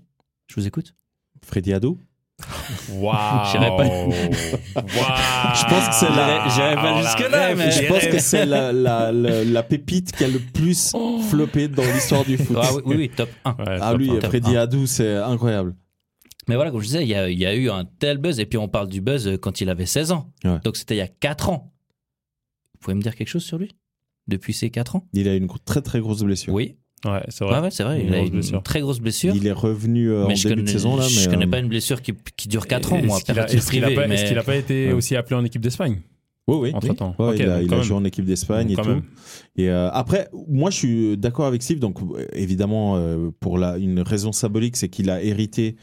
Je vous écoute. Freddy Ado Waouh J'irai pas- Je pense que c'est la- j'irai Oh pas jusque-là, mais- Je pense que c'est la, la- la- la pépite qui a le plus Oh. floppé dans l'histoire du foot. Ah oui, oui, oui, top 1. Ah lui, top Freddy un. Hadou, c'est incroyable. Mais voilà, comme je disais, il y, a- il y a eu un tel buzz. Et puis, on parle du buzz euh, quand il avait 16 ans. Ouais. Donc, c'était il y a 4 ans. Vous pouvez me dire quelque chose sur lui Depuis ces 4 ans Il a une gro- très très grosse blessure. Oui. Ouais, c'est Ouais, vrai. ouais, c'est vrai. Une Il a grosse une blessure. très grosse blessure. Il est revenu euh, en mais début je connais, de saison là, mais je connais euh, pas une blessure qui, qui dure 4 ans, Est-ce moi, qu'il a- à Est-ce qu'il a pas- est-ce mais... qu'il a pas été Ouais. aussi appelé en équipe d'Espagne Oui, oui. entre temps Ouais, il a, il a joué en équipe d'Espagne et tout. Et euh, après, moi, je suis d'accord avec Steve. Donc, euh, évidemment, euh, pour la, une raison symbolique, c'est qu'il a hérité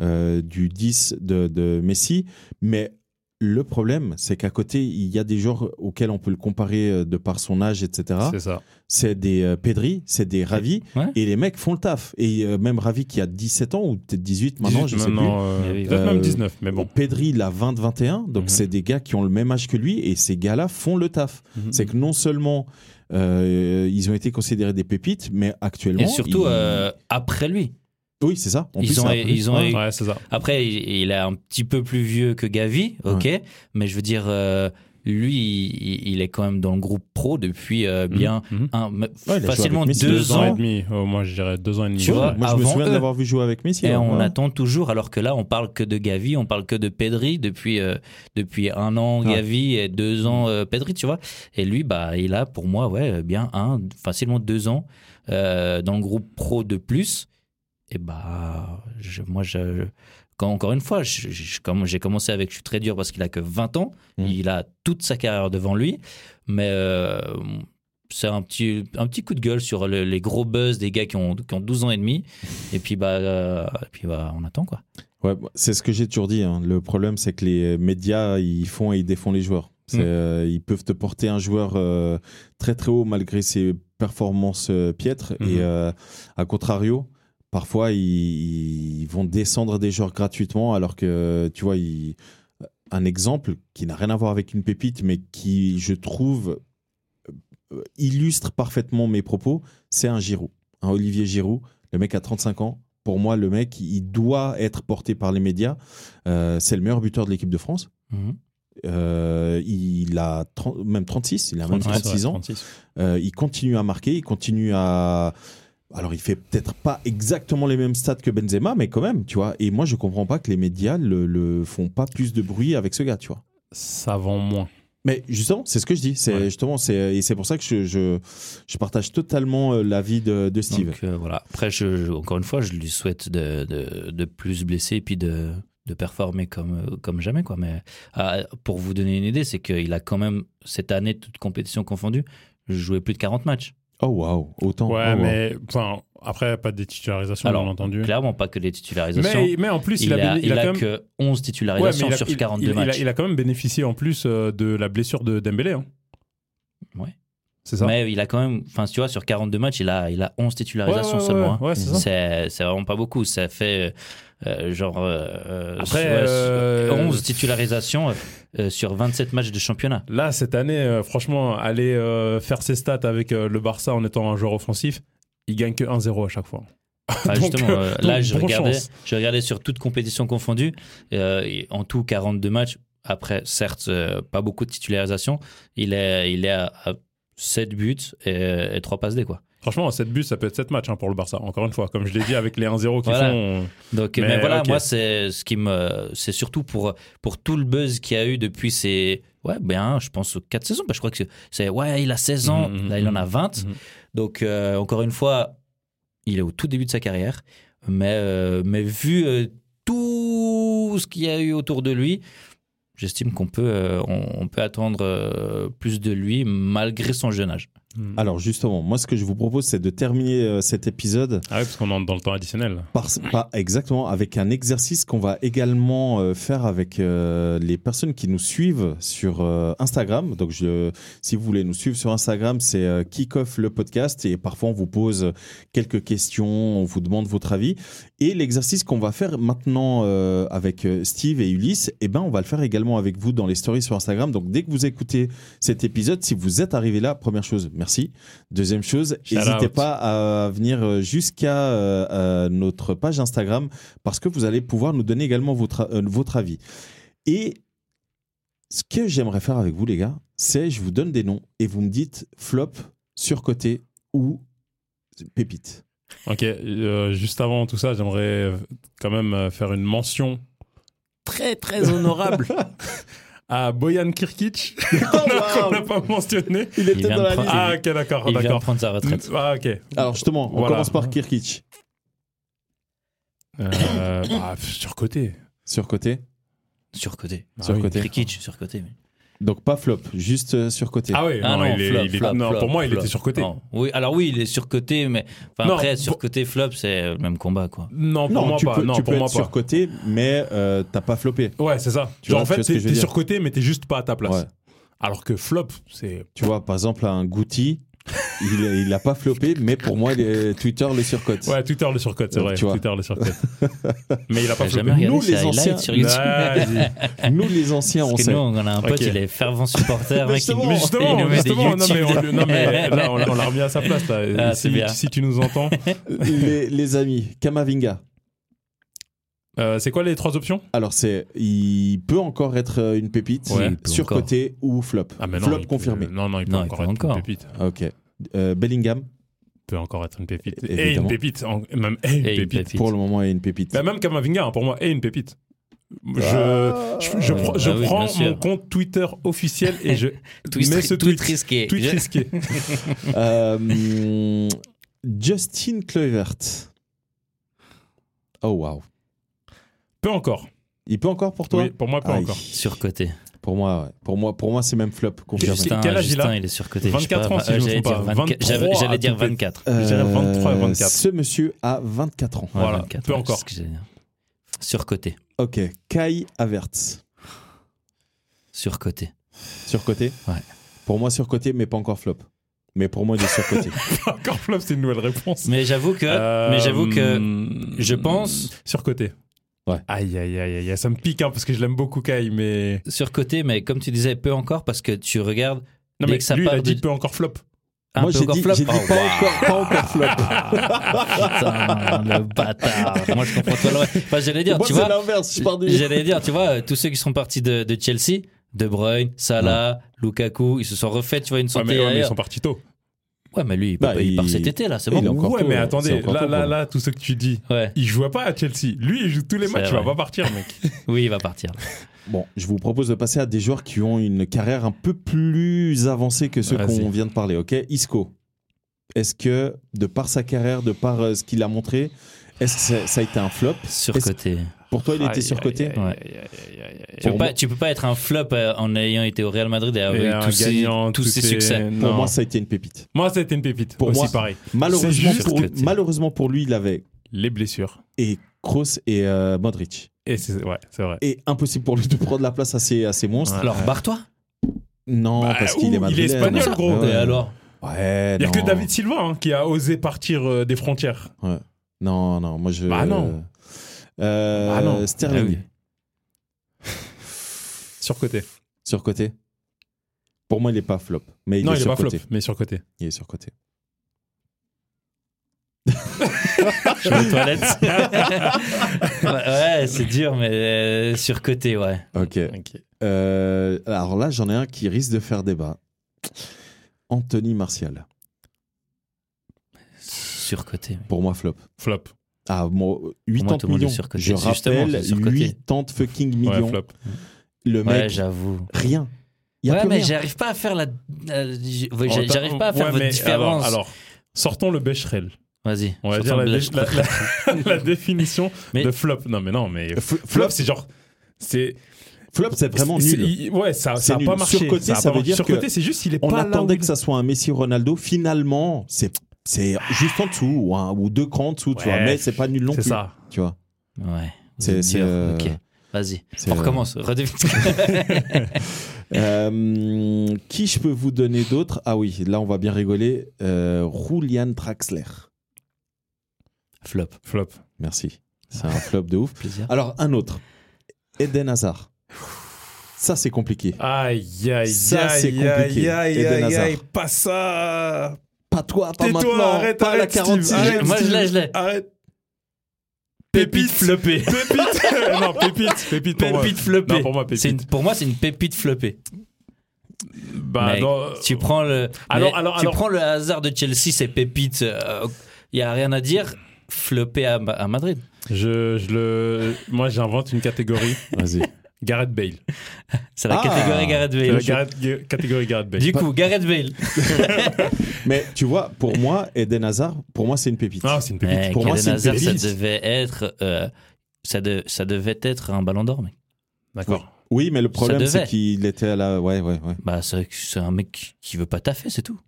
euh, du 10 de, de Messi. Mais le problème, c'est qu'à côté, il y a des joueurs auxquels on peut le comparer euh, de par son âge, etc. C'est ça. C'est des euh, Pedri, c'est des Ravi. Ouais. Et les mecs font le taf. Et euh, même Ravi qui a 17 ans ou peut-être 18 maintenant, je sais plus. Maintenant, euh, Mais oui. Peut-être Euh, même 19, mais Bon, bon. Pedri, il a 20-21, donc Mhm. c'est des gars qui ont le même âge que lui, et ces gars-là font le taf. mm-hmm. C'est que non seulement euh, ils ont été considérés des pépites, mais actuellement. Et surtout, ils- euh, après lui. oui, c'est ça. En ils plus, ont- ça a plu. ils ont- Ouais. Ouais, c'est ça. Après, il il est un petit peu plus vieux que Gavi, ok, mais je veux dire, euh, lui, il, il est quand même dans le groupe pro depuis euh, bien Mhm. Mhm. un- il a joué facilement avec Messi deux Deux ans et ans. demi, au moins, je dirais deux ans et demi. Tu vois, Moi, je me avant souviens eux. d'avoir vu jouer avec Messi. Et ouais. on Ouais. attend toujours, alors que là, on parle que de Gavi, on parle que de Pedri depuis, euh, depuis un an Ouais. Gavi et deux ans euh, Pedri, tu vois. Et lui, bah, il a pour moi, ouais, bien un, facilement deux ans euh, dans le groupe pro de plus. Et bah, je- moi, je, quand, encore une fois, je- je- comme j'ai commencé avec Je suis très dur parce qu'il a que 20 ans, Mhm. il a toute sa carrière devant lui, mais. euh, c'est un petit, un petit coup de gueule sur le- les gros buzz des gars qui ont, qui ont 12 ans et demi. Et puis, bah, euh, et puis bah, on attend, quoi. Ouais, bah, c'est ce que j'ai toujours dit. hein. Le problème, c'est que les médias, ils font et ils défont les joueurs. C'est, Mm. euh, ils peuvent te porter un joueur euh, très très haut malgré ses performances euh, piètres. Mhm. Et euh, à contrario, parfois, ils, ils vont descendre des joueurs gratuitement alors que, tu vois, ils- un exemple qui n'a rien à voir avec une pépite, mais qui, je trouve, euh, illustre parfaitement mes propos, c'est un Giroud. Un Olivier Giroud, le mec a 35 ans. Pour moi, le mec, il doit être porté par les médias. Euh, c'est le meilleur buteur de l'équipe de France. Mhm. Euh, il a 30 même 36, il a même 36, 36 ouais, ans. 36. Euh, il continue à marquer, il continue à. Alors, il fait peut-être pas exactement les mêmes stats que Benzema, mais quand même, tu vois. Et moi, je comprends pas que les médias le, le font pas plus de bruit avec ce gars, tu vois. Ça vend moins. Mais justement, c'est ce que je dis. C'est Ouais. justement, c'est et c'est pour ça que je, je, je partage totalement euh, l'avis de, de Steve. Donc, euh, voilà. Après, je, je- encore une fois, je lui souhaite de, de, de plus blesser et puis de, de performer comme, euh, comme jamais, quoi. Mais ah, pour vous donner une idée, c'est qu'il a quand même, cette année, toute compétition confondue, joué plus de 40 matchs. Oh waouh, autant. Ouais, oh, wow. mais enfin, après, pas des titularisations, Alors, bien entendu. Clairement, pas que les titularisations. Mais, mais en plus, il, il, a, a, béné- il a il a quand même. que 11 Ouais, mais titularisations il a- sur il- 42 il- il a- matchs. Il a quand même bénéficié en plus euh, de la blessure de Dembélé. hein. Ouais. C'est ça Mais il a quand même, enfin, tu vois, sur 42 matchs, il a, il a 11 titularisations Ouais, ouais, seulement. ouais, hein. ouais, c'est ça. C'est c'est vraiment pas beaucoup. Ça fait euh, genre euh, Après, ouais, euh, 11 titularisations euh, euh, sur 27 matchs de championnat. Là, cette année, euh, franchement, aller euh, faire ses stats avec euh, le Barça en étant un joueur offensif, il gagne que 1-0 à chaque fois. Enfin, Donc, justement, euh, donc, là, je, bonne regardais, chance. je regardais sur toute compétition confondue, euh, et en tout 42 matchs. Après, certes, euh, pas beaucoup de titularisations. Il est, il est à, 7 buts et, 3 passes D, quoi. Franchement, 7 buts, ça peut être 7 matchs hein, pour le Barça. Encore une fois, comme je l'ai dit, avec les 1-0 qu'ils Voilà. font. Donc, mais, Mais, voilà, ok. moi, c'est ce qui me, c'est surtout pour pour tout le buzz qu'il y a eu depuis ces, ouais, bien, je pense aux quatre saisons. Bah, je crois que c'est, ouais, il a 16 ans, Mhm, là, il en a 20. Mhm. Donc, euh, encore une fois, il est au tout début de sa carrière, mais euh, mais vu euh, tout ce qu'il y a eu autour de lui. J'estime qu'on peut, euh, on, on peut attendre euh, plus de lui malgré son jeune âge. on- Ah Alors justement, moi ce que je vous propose c'est de terminer euh, cet épisode Ah ouais, parce qu'on entre dans le temps additionnel. par, par- exactement avec un exercice qu'on va également euh, faire avec euh, les personnes qui nous suivent sur euh, Instagram. Donc je, si vous voulez nous suivre sur Instagram, c'est euh, Kickoff le podcast et parfois on vous pose quelques questions, on vous demande votre avis et l'exercice qu'on va faire maintenant euh, avec euh, Steve et Ulysse, eh ben on va le faire également avec vous dans les stories sur Instagram. Donc dès que vous écoutez cet épisode, si vous êtes arrivé là, première chose, merci Merci. Deuxième chose, Shout n'hésitez out. pas à venir euh, jusqu'à euh, euh, notre page Instagram parce que vous allez pouvoir nous donner également votre, euh, votre avis. Et ce que j'aimerais faire avec vous, les gars, c'est je vous donne des noms et vous me dites flop, surcoté ou pépite. Ok, euh, juste avant tout ça, j'aimerais euh, quand même euh, faire une mention très très honorable à Boyan Kirkic, qu'on n'a pas mentionné. Il était vient dans de la prendre- Ah ok, d'accord, Il vient d'accord. prendre sa retraite. Ah ok. Alors justement, on Voilà. commence par Kirkic. Euh, bah, surcoté. Surcoté. Surcoté. Ah Surcoté. oui. Trikic, surcoté. mais- Donc pas flop, juste euh, surcoté. Ah oui, Ah non, non, il est- flop, il est- flop, non, flop, pour moi, il flop. était surcoté. Non, Non. Oui, alors oui, il est surcoté, mais enfin, Non, après, pour- surcoté, flop, c'est le même combat, quoi. pour moi tu pas. peux, non, tu pour peux moi être pas. surcoté, mais euh, t'as pas flopé. Ouais, c'est ça. Tu Genre, vois- en tu fait, vois ce que t'es je veux t'es dire. surcoté, mais t'es juste pas à ta place. Ouais. Alors que flop, c'est. Tu vois, par exemple, un Gucci, il, il a pas flopé, mais pour moi, il est- Twitter le surcote. Ouais, Twitter le surcote, c'est Donc, vrai. tu vois. Twitter le surcote. mais il a pas J'ai flopé. jamais Bah, regardé Nous, ses les highlights anciens- sur YouTube. Vas-y. Nous, les anciens, on Parce que sait. nous, on a un pote, Ok. il est fervent supporter, mec. il- Mais il nous justement, met des justement, non, mais, YouTube on, non, mais là, on, on l'a remis à sa place. Là. Ah, c'est si, bien. si tu nous entends, les, les amis, Kamavinga. Euh, c'est quoi les trois options Alors, c'est, il peut encore être euh, une pépite, Ouais, il Ah, peut surcoté ou flop. mais flop il peut- confirmé. non, non, il peut Non, il encore peut être encore. une pépite. Ok. Euh, Bellingham, Il peut encore être une pépite. É- Et une évidemment. pépite. en- même, et une Et une pépite. pépite. pour le moment, est une pépite. Bah, même Kamavinga, hein, pour moi, est une pépite. Je, je, je Ah, prends, je oui, bien prends sûr. mon compte Twitter officiel et je Twist, mets ce tweet tweet, risqué. tweet Je- risqué. Euh, Justin Kluivert. Oh, waouh. Peu encore. Il peut encore pour toi Oui, pour moi, peu Aïe. encore. Surcoté. Pour moi, ouais. pour moi, pour moi, c'est même flop confirmé. Justin- Justin, quel âge il Justin, a il est surcoté. 24 ans, si je me trompe pas. 24. J'avais- 23 à J'allais dire tout péter. 24. Je dirais 23 et 24. Euh, Ce monsieur a 24 ans. Ouais, Voilà, 24, peu ouais, encore. c'est ce que j'allais dire. Surcoté. Ok, Kai Havertz. Surcoté. Surcoté Ouais. Pour moi, surcoté, mais pas encore flop. Mais pour moi, il est surcoté. encore flop, c'est une nouvelle réponse. Mais j'avoue que, Euh, mais j'avoue que je pense- Surcoté. Ouais. Aïe, aïe, aïe, aïe, aïe, ça me pique hein, parce que je l'aime beaucoup, Kai, mais. surcoté, mais comme tu disais, peu encore parce que tu regardes Non, Dès mais que ça lui, il a part dit de- peu encore flop. un moi, peu j'ai encore dit, flop. j'ai dit Oh, pas, waouh, encore, pas encore flop. putain, le bâtard. Moi, je comprends pas. Enfin, j'allais dire, moi, tu c'est vois, l'inverse. Je pars du. j'allais dire, tu vois, euh, tous ceux qui sont partis de, de Chelsea, De Bruyne, Salah, Lukaku, ils se sont refaits, tu vois, une Ouais, santé. mais, ouais, mais ils ailleurs. sont partis tôt. Ouais, mais lui, il, peut Bah, pas- il il- part cet été, là, c'est il est bon. encore Ouais, tôt, mais ouais. C'est attendez, encore là, tôt pour là, lui. là, tout ce que tu dis. Ouais, Il jouait pas à Chelsea. Lui, il joue tous les C'est matchs, il va vrai. pas partir, mec. oui, il va partir. Bon, je vous propose de passer à des joueurs qui ont une carrière un peu plus avancée que ceux Vas-y. qu'on vient de parler. Ok, Isco. Est-ce que, de par sa carrière, de par euh, ce qu'il a montré, est-ce que ça, ça a été un flop Surcoté. Pour toi, il Aïe, était surcoté aïe, aïe, Ouais. aïe, aïe, aïe, aïe. Tu peux, Pour pas, moi- tu peux pas être un flop euh, en ayant été au Real Madrid et Ah avoir Et eu un tous ces, gagnant, tous tous ces ces- succès. Non. Pour moi, ça a été une pépite. Moi, ça a été une pépite. Pour aussi, moi, pareil. Malheureusement, juste pour, que t'es- malheureusement pour lui, il avait Les blessures. et Kroos et euh, Modric. Et c'est ouais, c'est vrai. Et impossible pour lui de prendre la place à ces, à ces monstres. Ouais. Alors, barre-toi. Non, Bah, parce qu'il ouh, il est est madrilène. espagnol, gros. Ouais, Et alors Ouais, Il y a non. que David Silva hein, qui a osé partir euh, des frontières. Non, non, moi je. Bah, non. Euh, Bah, non. Sterling, Ah oui. Surcoté. surcoté. Pour moi, il est pas flop. Mais il non, est il est pas flop, surcoté. mais surcoté. Il est surcoté. Je vais aux toilettes. ouais, ouais, c'est dur, mais euh, surcoté, ouais. Ok. Euh, alors là, j'en ai un qui risque de faire débat. Anthony Martial. Surcoté. oui. Pour moi, flop. Flop. Ah, moi, 80 moi, tout le monde est millions. surcoté. Je Justement, rappelle, c'est surcoté. 80 fucking Ouais, millions. flop. le Ouais, mec, j'avoue. rien. Il y a Ouais, plus mais rien. j'arrive pas à faire la. euh, j- ouais, On j'a- t'a- J'arrive pas à ouais, faire votre mais différence. Alors, alors, sortons le Becherel. Vas-y. On va sortons dire la, de là, dé- je la- préfère. la- la définition Mais- de flop. Non, mais non, mais. F- Flop, Euh, Flop, c'est genre. C'est flop, c'est vraiment c'est- nul. il- Ouais, ça C'est n'a nul. pas marché. Surcoté, a ça pas veut marché. dire Surcoté, que c'est juste, il est On pas là. attendait où que il- ça soit un Messi Ronaldo. Finalement, c'est c'est juste en dessous ou, un- ou deux crans en dessous, tu Ouais. vois. Mais c'est pas nul non C'est plus. ça. Tu vois. Ouais. C'est- c'est, dur. euh, Ok. Vas-y. C'est, euh, On recommence. Redéfinir. euh, qui je peux vous donner d'autres Ah oui, là on va bien rigoler. Euh, Julian Traxler. Flop. Flop. Merci. C'est un flop de ouf. Plaisir. Alors un autre. Eden Hazard. Ça, c'est compliqué. Aïe, aïe, aïe, Ça, c'est aïe, compliqué. aïe, Eden aïe, Hazard. aïe, pas ça Pas toi, pas Tais-toi, maintenant. arrête, pas à la arrête, 46. Steve, arrête. Moi, je l'ai, je l'ai. Arrête Pépite Pépite. flopée. Pépite Non, pépite, pépite pour moi. Pépite flopée. Non, pour moi, pépite. C'est une- Pour moi, c'est une pépite flopée. Bah, Mec, non, Tu prends le. Alors, mais alors, tu alors. prends le hasard de Chelsea, c'est pépite. euh, Il y a rien à dire. Flopé à, Ma- à Madrid. Je, je le... Moi, j'invente une catégorie. Vas-y. Gareth Bale. C'est la Ah. catégorie Gareth C'est Bale. la Gareth- Ga- catégorie Gareth Bale. Du coup, Gareth Bale. Mais tu vois, pour moi, Eden Hazard, pour moi, c'est une pépite. Ah, c'est une pépite. Mec, Pour moi, Eden c'est une Euh, Hazard, ça pépite. devait être. euh, ça, de- ça devait être un ballon d'or, mec. D'accord. Oui, mais le problème, devait. c'est qu'il était à la. Ouais, ouais, ouais. Bah, c'est c'est un mec qui- qui veut pas taffer, c'est tout.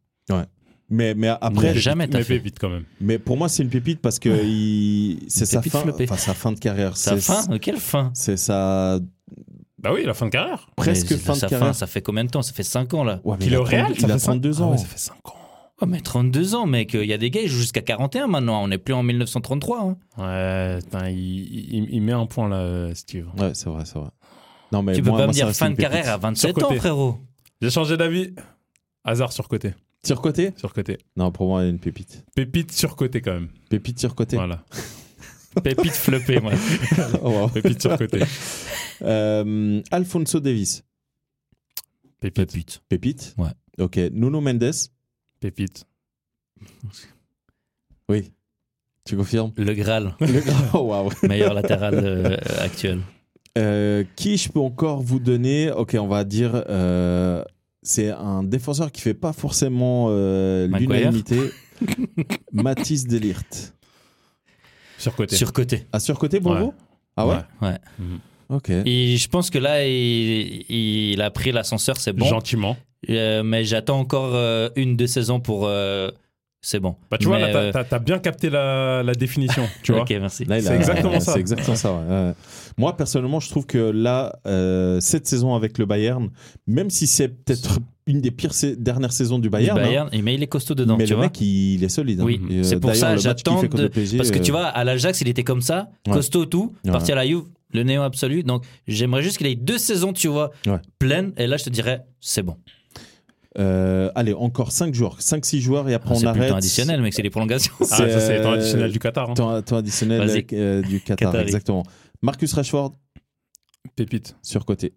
Mais, mais Après, après, jamais Mais taffé. pépite, quand même. mais pour moi, c'est une pépite parce que il- c'est sa pépite fin, flopée. enfin, sa fin de carrière. Sa C'est- fin Quelle fin C'est sa Bah oui, la fin de carrière. presque Mais fin de sa carrière. ça fait combien de temps Ça fait 5 ans là. Ouais, mais Qu'il est au trente- Real, ça il a fait cinq- 32 Ah ans. ouais, ça fait 5 ans. Oh, mais 32 ans, mec. Il y a des gars, ils jouent jusqu'à 41 maintenant. On n'est plus en 1933. hein. Ouais, putain, il, il- il met un point là, euh, Steve. Ouais, c'est vrai, c'est vrai. Non, mais tu peux moi, pas moi, me ça dire reste fin une de carrière pépite. à 27 ans, Surcoté. frérot. J'ai changé d'avis. Hasard surcoté. Surcoté Surcoté. Non, pour moi, il y a une pépite. Pépite surcoté quand même. Pépite surcotée. Voilà. Pépite flopée, moi. Oh, wow. Pépite surcoté. Euh, Alfonso Davis. Pépite. Pépite. Pépite. Ouais. Ok. Nuno Mendes. Pépite. Oui. Tu confirmes Le Graal, Le- Oh, waouh. meilleur latéral euh, actuel. Euh, qui je peux encore vous donner Ok, on va dire. euh, c'est un défenseur qui fait pas forcément euh, Maguire. l'unanimité. Mathis Delirte. Surcoté. Surcoté. À surcoté pour Ouais. vous Ah ouais, Ouais. Ok. Et je pense que là, il, il a pris l'ascenseur, c'est bon. Gentiment. Euh, mais j'attends encore euh, une de saisons pour. euh, c'est bon. Bah, tu vois, Mais, là, t'as- euh, t'as t'as bien capté la, la définition. Tu vois Ok, merci. Là, il C'est a- exactement ça. C'est exactement ça. ouais, ouais. Moi, personnellement, je trouve que là, euh, cette saison avec le Bayern, même si c'est peut-être une des pires sa- dernières saisons du Du Bayern, Bayern, hein, mais il est costaud dedans, mais tu le vois. mec, il est solide. hein. Oui, Et, euh, c'est pour d'ailleurs, ça, le match qu'il j'attends fait contre de- le PSG, Parce que tu euh, vois, à l'Ajax, il était comme ça, Ouais. costaud tout, Ouais. parti à la Juve, le néant absolu. Donc, j'aimerais juste qu'il ait deux saisons, tu vois, Ouais. pleines. Et là, je te dirais, c'est bon. euh, allez, encore 5 joueurs, 5-6 joueurs, et après Ah, C'est on plus le arrête. temps additionnel, mec, c'est les prolongations. Ah, ça, c'est le temps euh, additionnel du Qatar. hein. Temps, temps additionnel Vas-y. euh, du Qatar, Qatari. exactement. Marcus Rashford, Pépite. surcoté.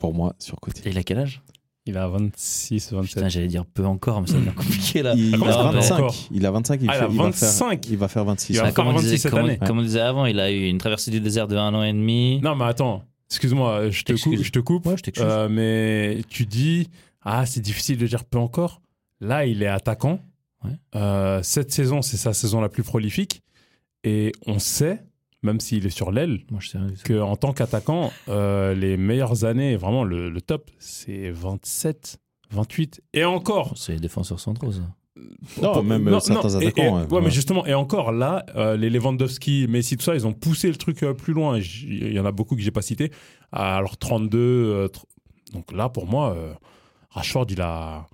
Pour moi, surcoté. Il a quel âge Il a 26, 27. Putain, j'allais dire peu encore, mais ça devient compliqué là. Il, Ah, a comment ça, 25, encore il a 25. Il, Ah, il fait- a il va faire- 25. il va faire 26. Il va Ah, faire comme, on 26 disait, cette comme on- année. comme on disait avant, il a eu une traversée du désert de un an et demi. Non, mais attends. Excuse-moi, je te, T'excuses. coupe, je te coupe. Ouais, je t'excuse. Euh, mais tu dis, ah, c'est difficile de dire peu encore. Là, il est attaquant. Ouais. Euh, cette saison, c'est sa saison la plus prolifique. Et on sait, même s'il est sur l'aile, Moi, je sais rien du tout. qu'en tant qu'attaquant, euh, les meilleures années, vraiment le, le top, c'est 27, 28. Et encore C'est les défenseurs centraux, ça. Non, Pour- même, euh, certains et- et- attaquants, ouais, ouais, ouais. mais justement, et encore là, euh, les Lewandowski, Messi, tout ça, ils ont poussé le truc euh, plus loin. Et j- Il y en a beaucoup que j'ai pas cité. Alors 32. euh, tr- donc là, pour moi, euh, Rashford, il a,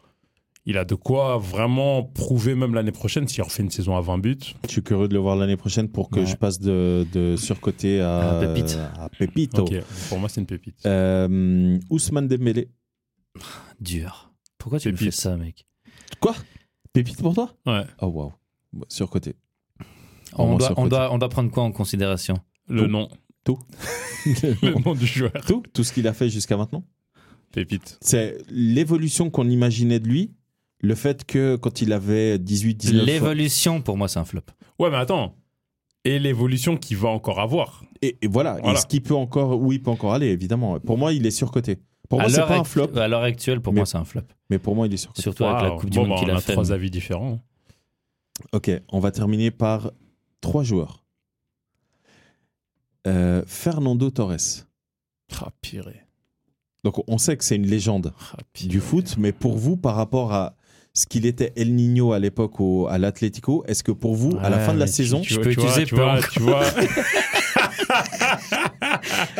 il a de quoi vraiment prouver même l'année prochaine s'il refait une saison à 20 buts. Je suis curieux de le voir l'année prochaine pour que Ouais. je passe de, de surcoté à, À Pépite. à Pépito. Ok, pour moi, c'est une pépite. Euh, Ousmane Dembélé. Dur. Pourquoi tu me fais Pépite. ça, mec Quoi Pépite pour toi Ouais. Oh waouh. Bah, Surcoté. Pour on moi, doit, on, surcoté. doit, on doit prendre quoi en considération Le Tout. nom, le tout, nom du joueur. tout ce qu'il a fait jusqu'à maintenant. Pépite. C'est l'évolution qu'on imaginait de lui. Le fait que quand il avait 18, 19 ans. L'évolution, pour moi, c'est un flop. Ouais, mais attends. Et l'évolution qu'il va encore avoir. Et, et voilà. Et Voilà. ce qu'il peut encore, où il peut encore aller, évidemment. Pour moi, il est surcoté. Pour moi, À c'est l'heure pas un act- flop, À l'heure actuelle, pour Mais- moi, c'est un flop. mais pour moi, il est surcoté. Surtout avec la Waouh. Coupe du Bon, Monde bah, qu'il on a a fait. trois avis différents. Ok, on va terminer par trois joueurs. Euh, Fernando Torres. Ah, purée. Donc on sait que c'est une légende Ah, purée. du foot, mais pour vous, par rapport à ce qu'il était El Niño à l'époque au- à l'Atlético, est-ce que pour vous, à la Ouais, fin de la mais tu- saison, tu je vois- peux tu vois- utiliser tu peu vois, encore. tu vois.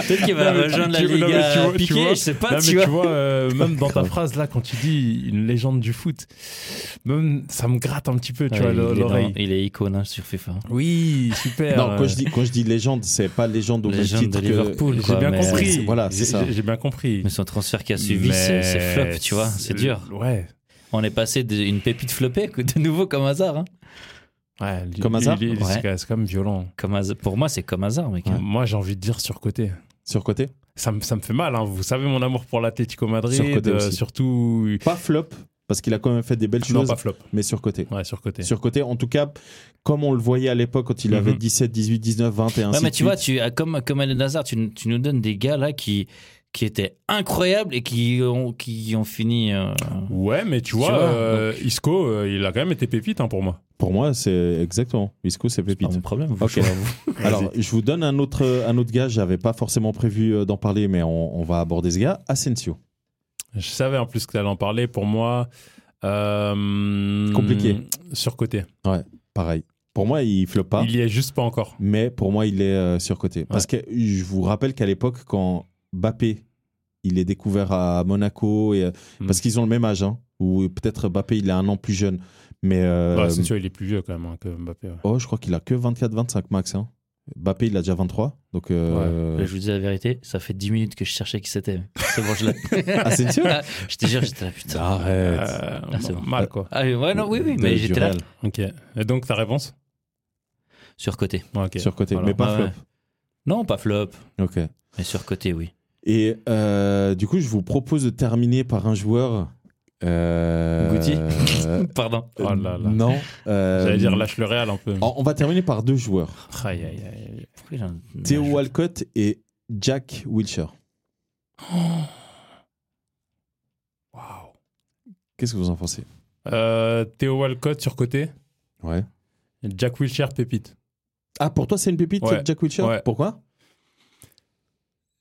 Peut-être qu'il va Non, mais tu- rejoindre la tu- non, mais tu Liga vois- tu piqué, vois- je sais pas, Non, mais tu vois. euh, même dans ta phrase là, quand tu dis une légende du foot, même ça me gratte un petit peu, tu Ouais, Ah, vois, il est dans- l'oreille. Il est icône hein, sur FIFA. Oui, super. Non, quand euh, je dis, quand je dis légende, c'est pas légende au même Légende titre de que- Liverpool. j'ai quoi, bien mais- compris. c'est- voilà, J'ai- c'est ça. j'ai- J'ai bien compris. Mais son transfert qui a suivi, c'est c'est flop, tu vois, c'est dur. Ouais. On est passé d'une pépite flopée que de nouveau comme hasard. hein. ouais li- Comme hasard li- li- Ouais. C'est quand- c'est quand même violent. Comme hasard- Pour moi, c'est comme hasard, mec. hein. Moi, j'ai envie de dire surcoté. Sur côté Ça me, ça me fait mal, hein. vous savez mon amour pour l'Atlético Madrid, Surcoté euh, aussi. surtout... Pas flop, parce qu'il a quand même fait des belles Non, choses, pas flop. mais sur côté. Ouais, surcoté. Sur côté, en tout cas, comme on le voyait à l'époque quand il avait Mhm. 17, 18, 19, 20 et ainsi Ouais, mais de tu vois, suite. tu, ah, comme, comme Eden Hazard, tu, n- tu nous donnes des gars là qui, qui étaient incroyables et qui ont, qui ont fini. euh, Ouais, mais tu Tu vois, vois, euh, Isco, euh, il a quand même été pépite hein, pour moi. Pour moi, c'est exactement. Isco, c'est pas pépite. mon problème. vous, Ok. je crois, vous. Alors, je vous donne un autre, un autre gars. J'avais pas forcément prévu euh, d'en parler, mais on, on va aborder ce gars. Asensio. Je savais en plus que t'allais en parler. Pour moi, euh, Compliqué. Surcoté. Pareil. Pour moi, il floppe pas, Il y est juste pas encore. mais pour moi, il est euh, surcoté. Parce que je vous rappelle qu'à l'époque, quand Bappé, il est découvert à Monaco, et, euh, Mhm. parce qu'ils ont le même âge, hein, ou peut-être Bappé, il est un an plus jeune. Mais euh, Ouais, Bah, c'est sûr, il est plus vieux quand même hein, que Mbappé. ouais. oh, je crois qu'il a que 24-25 max. hein. Bappé, il a déjà 23. Donc, euh, Là, je vous dis la vérité, ça fait 10 minutes que je cherchais qui c'était. C'est bon, je l'ai. Asensio Ah, je te jure, j'étais là, putain. Arrête. Euh, Ah, c'est bon. Mal quoi. Ah, ouais, non, oui, oui, De- mais du j'étais là, Real, Ok. Et donc ta réponse surcoté. Ouais, ok. surcoté, Voilà. mais pas Ouais, Non, pas flop, flop. Ok. mais surcoté, oui. Et euh, du coup, je vous propose de terminer par un joueur. Euh, Guti euh, Pardon. Oh là là. Non. euh, J'allais dire Oh, lâche le Real un peu. on on va terminer par deux joueurs Aïe, aïe, aïe. Pourquoi j'ai un- Theo Walcott et Jack Wilshere. Waouh. Qu'est-ce que vous en pensez Euh, Théo Walcott surcoté. Ouais. Jack Wilshere pépite. Ah, pour toi, c'est une pépite, Ouais. Jack Wilshere Ouais. Pourquoi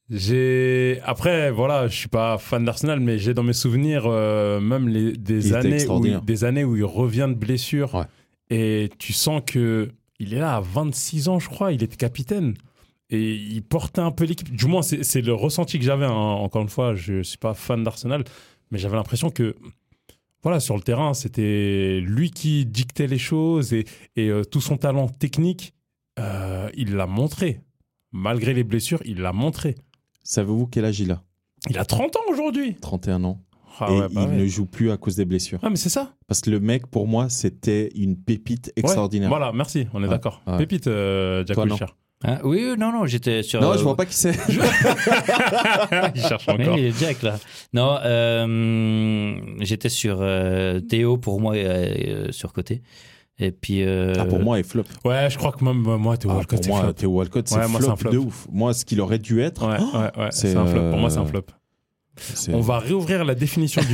J'ai après voilà, je suis pas fan d'Arsenal, mais j'ai dans mes souvenirs euh, même les, Il des était années où extraordinaire. il, des années où il revient de blessure Ouais. et tu sens que il est là à 26 ans, je crois, il était capitaine et il portait un peu l'équipe. Du moins, c'est c'est le ressenti que j'avais. hein. Encore une fois, je suis pas fan d'Arsenal, mais j'avais l'impression que voilà, sur le terrain, c'était lui qui dictait les choses et, et, euh, tout son talent technique, euh, il l'a montré. Malgré les blessures, il l'a montré. Savez-vous quel âge il a Il a 30 ans aujourd'hui. 31 ans. Ah et ouais, bah il ouais. ne joue plus à cause des blessures. Ah, mais c'est ça. Parce que le mec, pour moi, c'était une pépite extraordinaire. Voilà, merci, on est Ouais, d'accord. ouais. Pépite, euh, Jack Toi, non. Wilshere. Hein oui, oui, non, non, j'étais sur. Non, euh, je vois pas qui c'est. il cherche Mais encore. il est Jack là. Non, euh, j'étais sur euh, Théo pour moi euh, surcoté. Et puis. euh, Ah, pour moi, il flop. Ouais, je crois que même euh, moi, Théo Ah, Walcott, pour c'est moi, flop. Theo Walcott, c'est Ouais, moi, c'est flop, un flop. de ouf. Moi, ce qu'il aurait dû être, Ouais, ouais, ouais, c'est, c'est un flop. Pour moi, euh, c'est un flop. c'est- On va réouvrir la définition du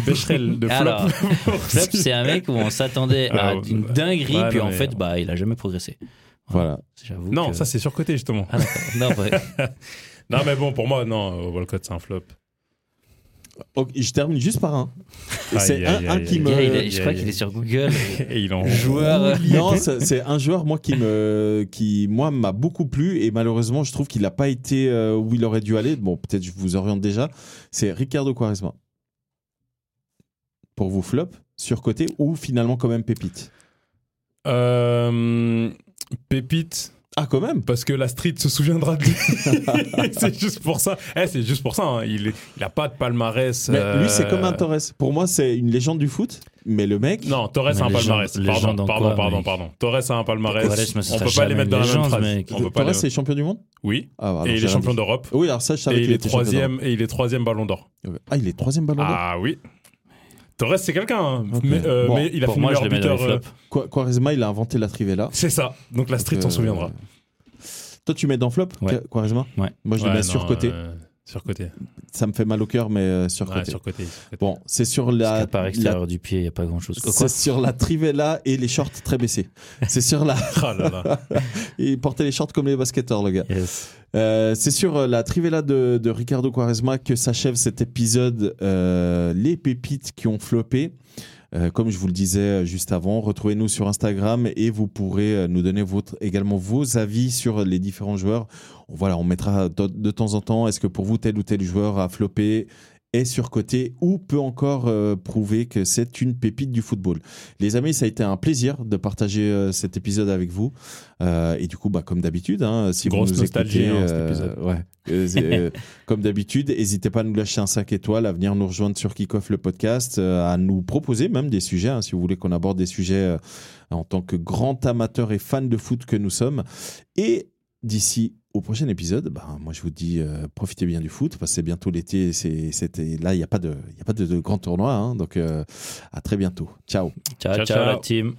Becherel de flop. Alors, Flop, c'est un mec où on s'attendait à Ah, ouais. une dinguerie, Ouais, puis non, en mais- euh, fait, bah, il a jamais progressé. Voilà. J'avoue. non, que- ça, c'est surcoté, justement. Ah, d'accord. non, ouais. Non, mais bon, pour moi, non, euh, Walcott, c'est un flop. Ok, je termine juste par un. Aïe, c'est un, aïe, un aïe, qui aïe. Le me. gars, il est- aïe, je crois aïe. qu'il est sur Google. Et il en Joueur. euh, Non, c'est c'est un joueur moi qui me, qui moi m'a beaucoup plu et malheureusement je trouve qu'il n'a pas été euh, où il aurait dû aller. Bon, peut-être je vous oriente déjà. C'est Ricardo Quaresma. Pour vous flop, surcoté ou finalement quand même pépite. Euh, Pépite. Ah quand même. Parce que la street se souviendra de lui. c'est juste pour ça. Eh, c'est juste pour ça. hein. Il, est- il a pas de palmarès. Mais euh, lui c'est comme un Torres. Pour moi c'est une légende du foot, mais le mec. Non, Torres Mais a un les gens- palmarès. les gens pardon, dans pardon, quoi, pardon, mec pardon. Torres a un palmarès. Torres, mais ce on sera peut pas les jamais mettre dans la une même légende, phrase. mec. On peut pas Torres les... est champion du monde. Oui. Ah, alors, et j'ai il est rien champion dit. d'Europe. Oui alors ça je savais Et qu'il il est était champion d'Europe. troisième. Et il est troisième Ballon d'Or. Ah il est troisième ballon d'or. Ah oui. Torres, c'est quelqu'un. hein. Ok. Mais, euh, Bon, mais il a pour fini moi, je le meilleur mets dans les buteur. euh, flops. Qua- Quaresma, il a inventé la trivella. C'est ça. Donc la street Donc, s'en euh, souviendra. Toi, tu mets dans flop, Ouais. Qua- Quaresma Ouais. Moi, je Ouais, le mets non, surcoté. euh, Surcoté. Ça me fait mal au cœur, mais euh, Ouais, surcoté. surcoté. surcoté. Bon, c'est sur Parce la. qu'à part la- extérieur du pied, il n'y a pas grand chose. C'est sur la trivella et les shorts très baissés. C'est sur la. Ah là là. Il portait les shorts comme les basketteurs, le gars. Euh, c'est sur euh, la trivella de, de Ricardo Quaresma que s'achève cet épisode euh, Les pépites qui ont flopé. Euh, comme je vous le disais juste avant, retrouvez-nous sur Instagram et vous pourrez euh, nous donner votre, également vos avis sur les différents joueurs. Voilà, on mettra de, de temps en temps, est-ce que pour vous, tel ou tel joueur a floppé est surcoté ou peut encore euh, prouver que c'est une pépite du football. Les amis, ça a été un plaisir de partager euh, cet épisode avec vous. Euh, et du coup, bah, comme d'habitude, hein, si Grosse vous nous nostalgie, écoutez, hein, cet euh, épisode. ouais, euh, c'est- euh, comme d'habitude, n'hésitez pas à nous lâcher un 5 étoiles, à venir nous rejoindre sur Kickoff le podcast, euh, à nous proposer même des sujets, hein, si vous voulez qu'on aborde des sujets euh, en tant que grand amateur et fan de foot que nous sommes. Et d'ici au prochain épisode, ben, moi je vous dis euh, profitez bien du foot parce que c'est bientôt l'été. c'est- C'était là, il n'y a pas de, il y a pas de, de grand tournoi, hein. donc euh, à très bientôt. Ciao. Ciao, Ciao, ciao la ciao. team.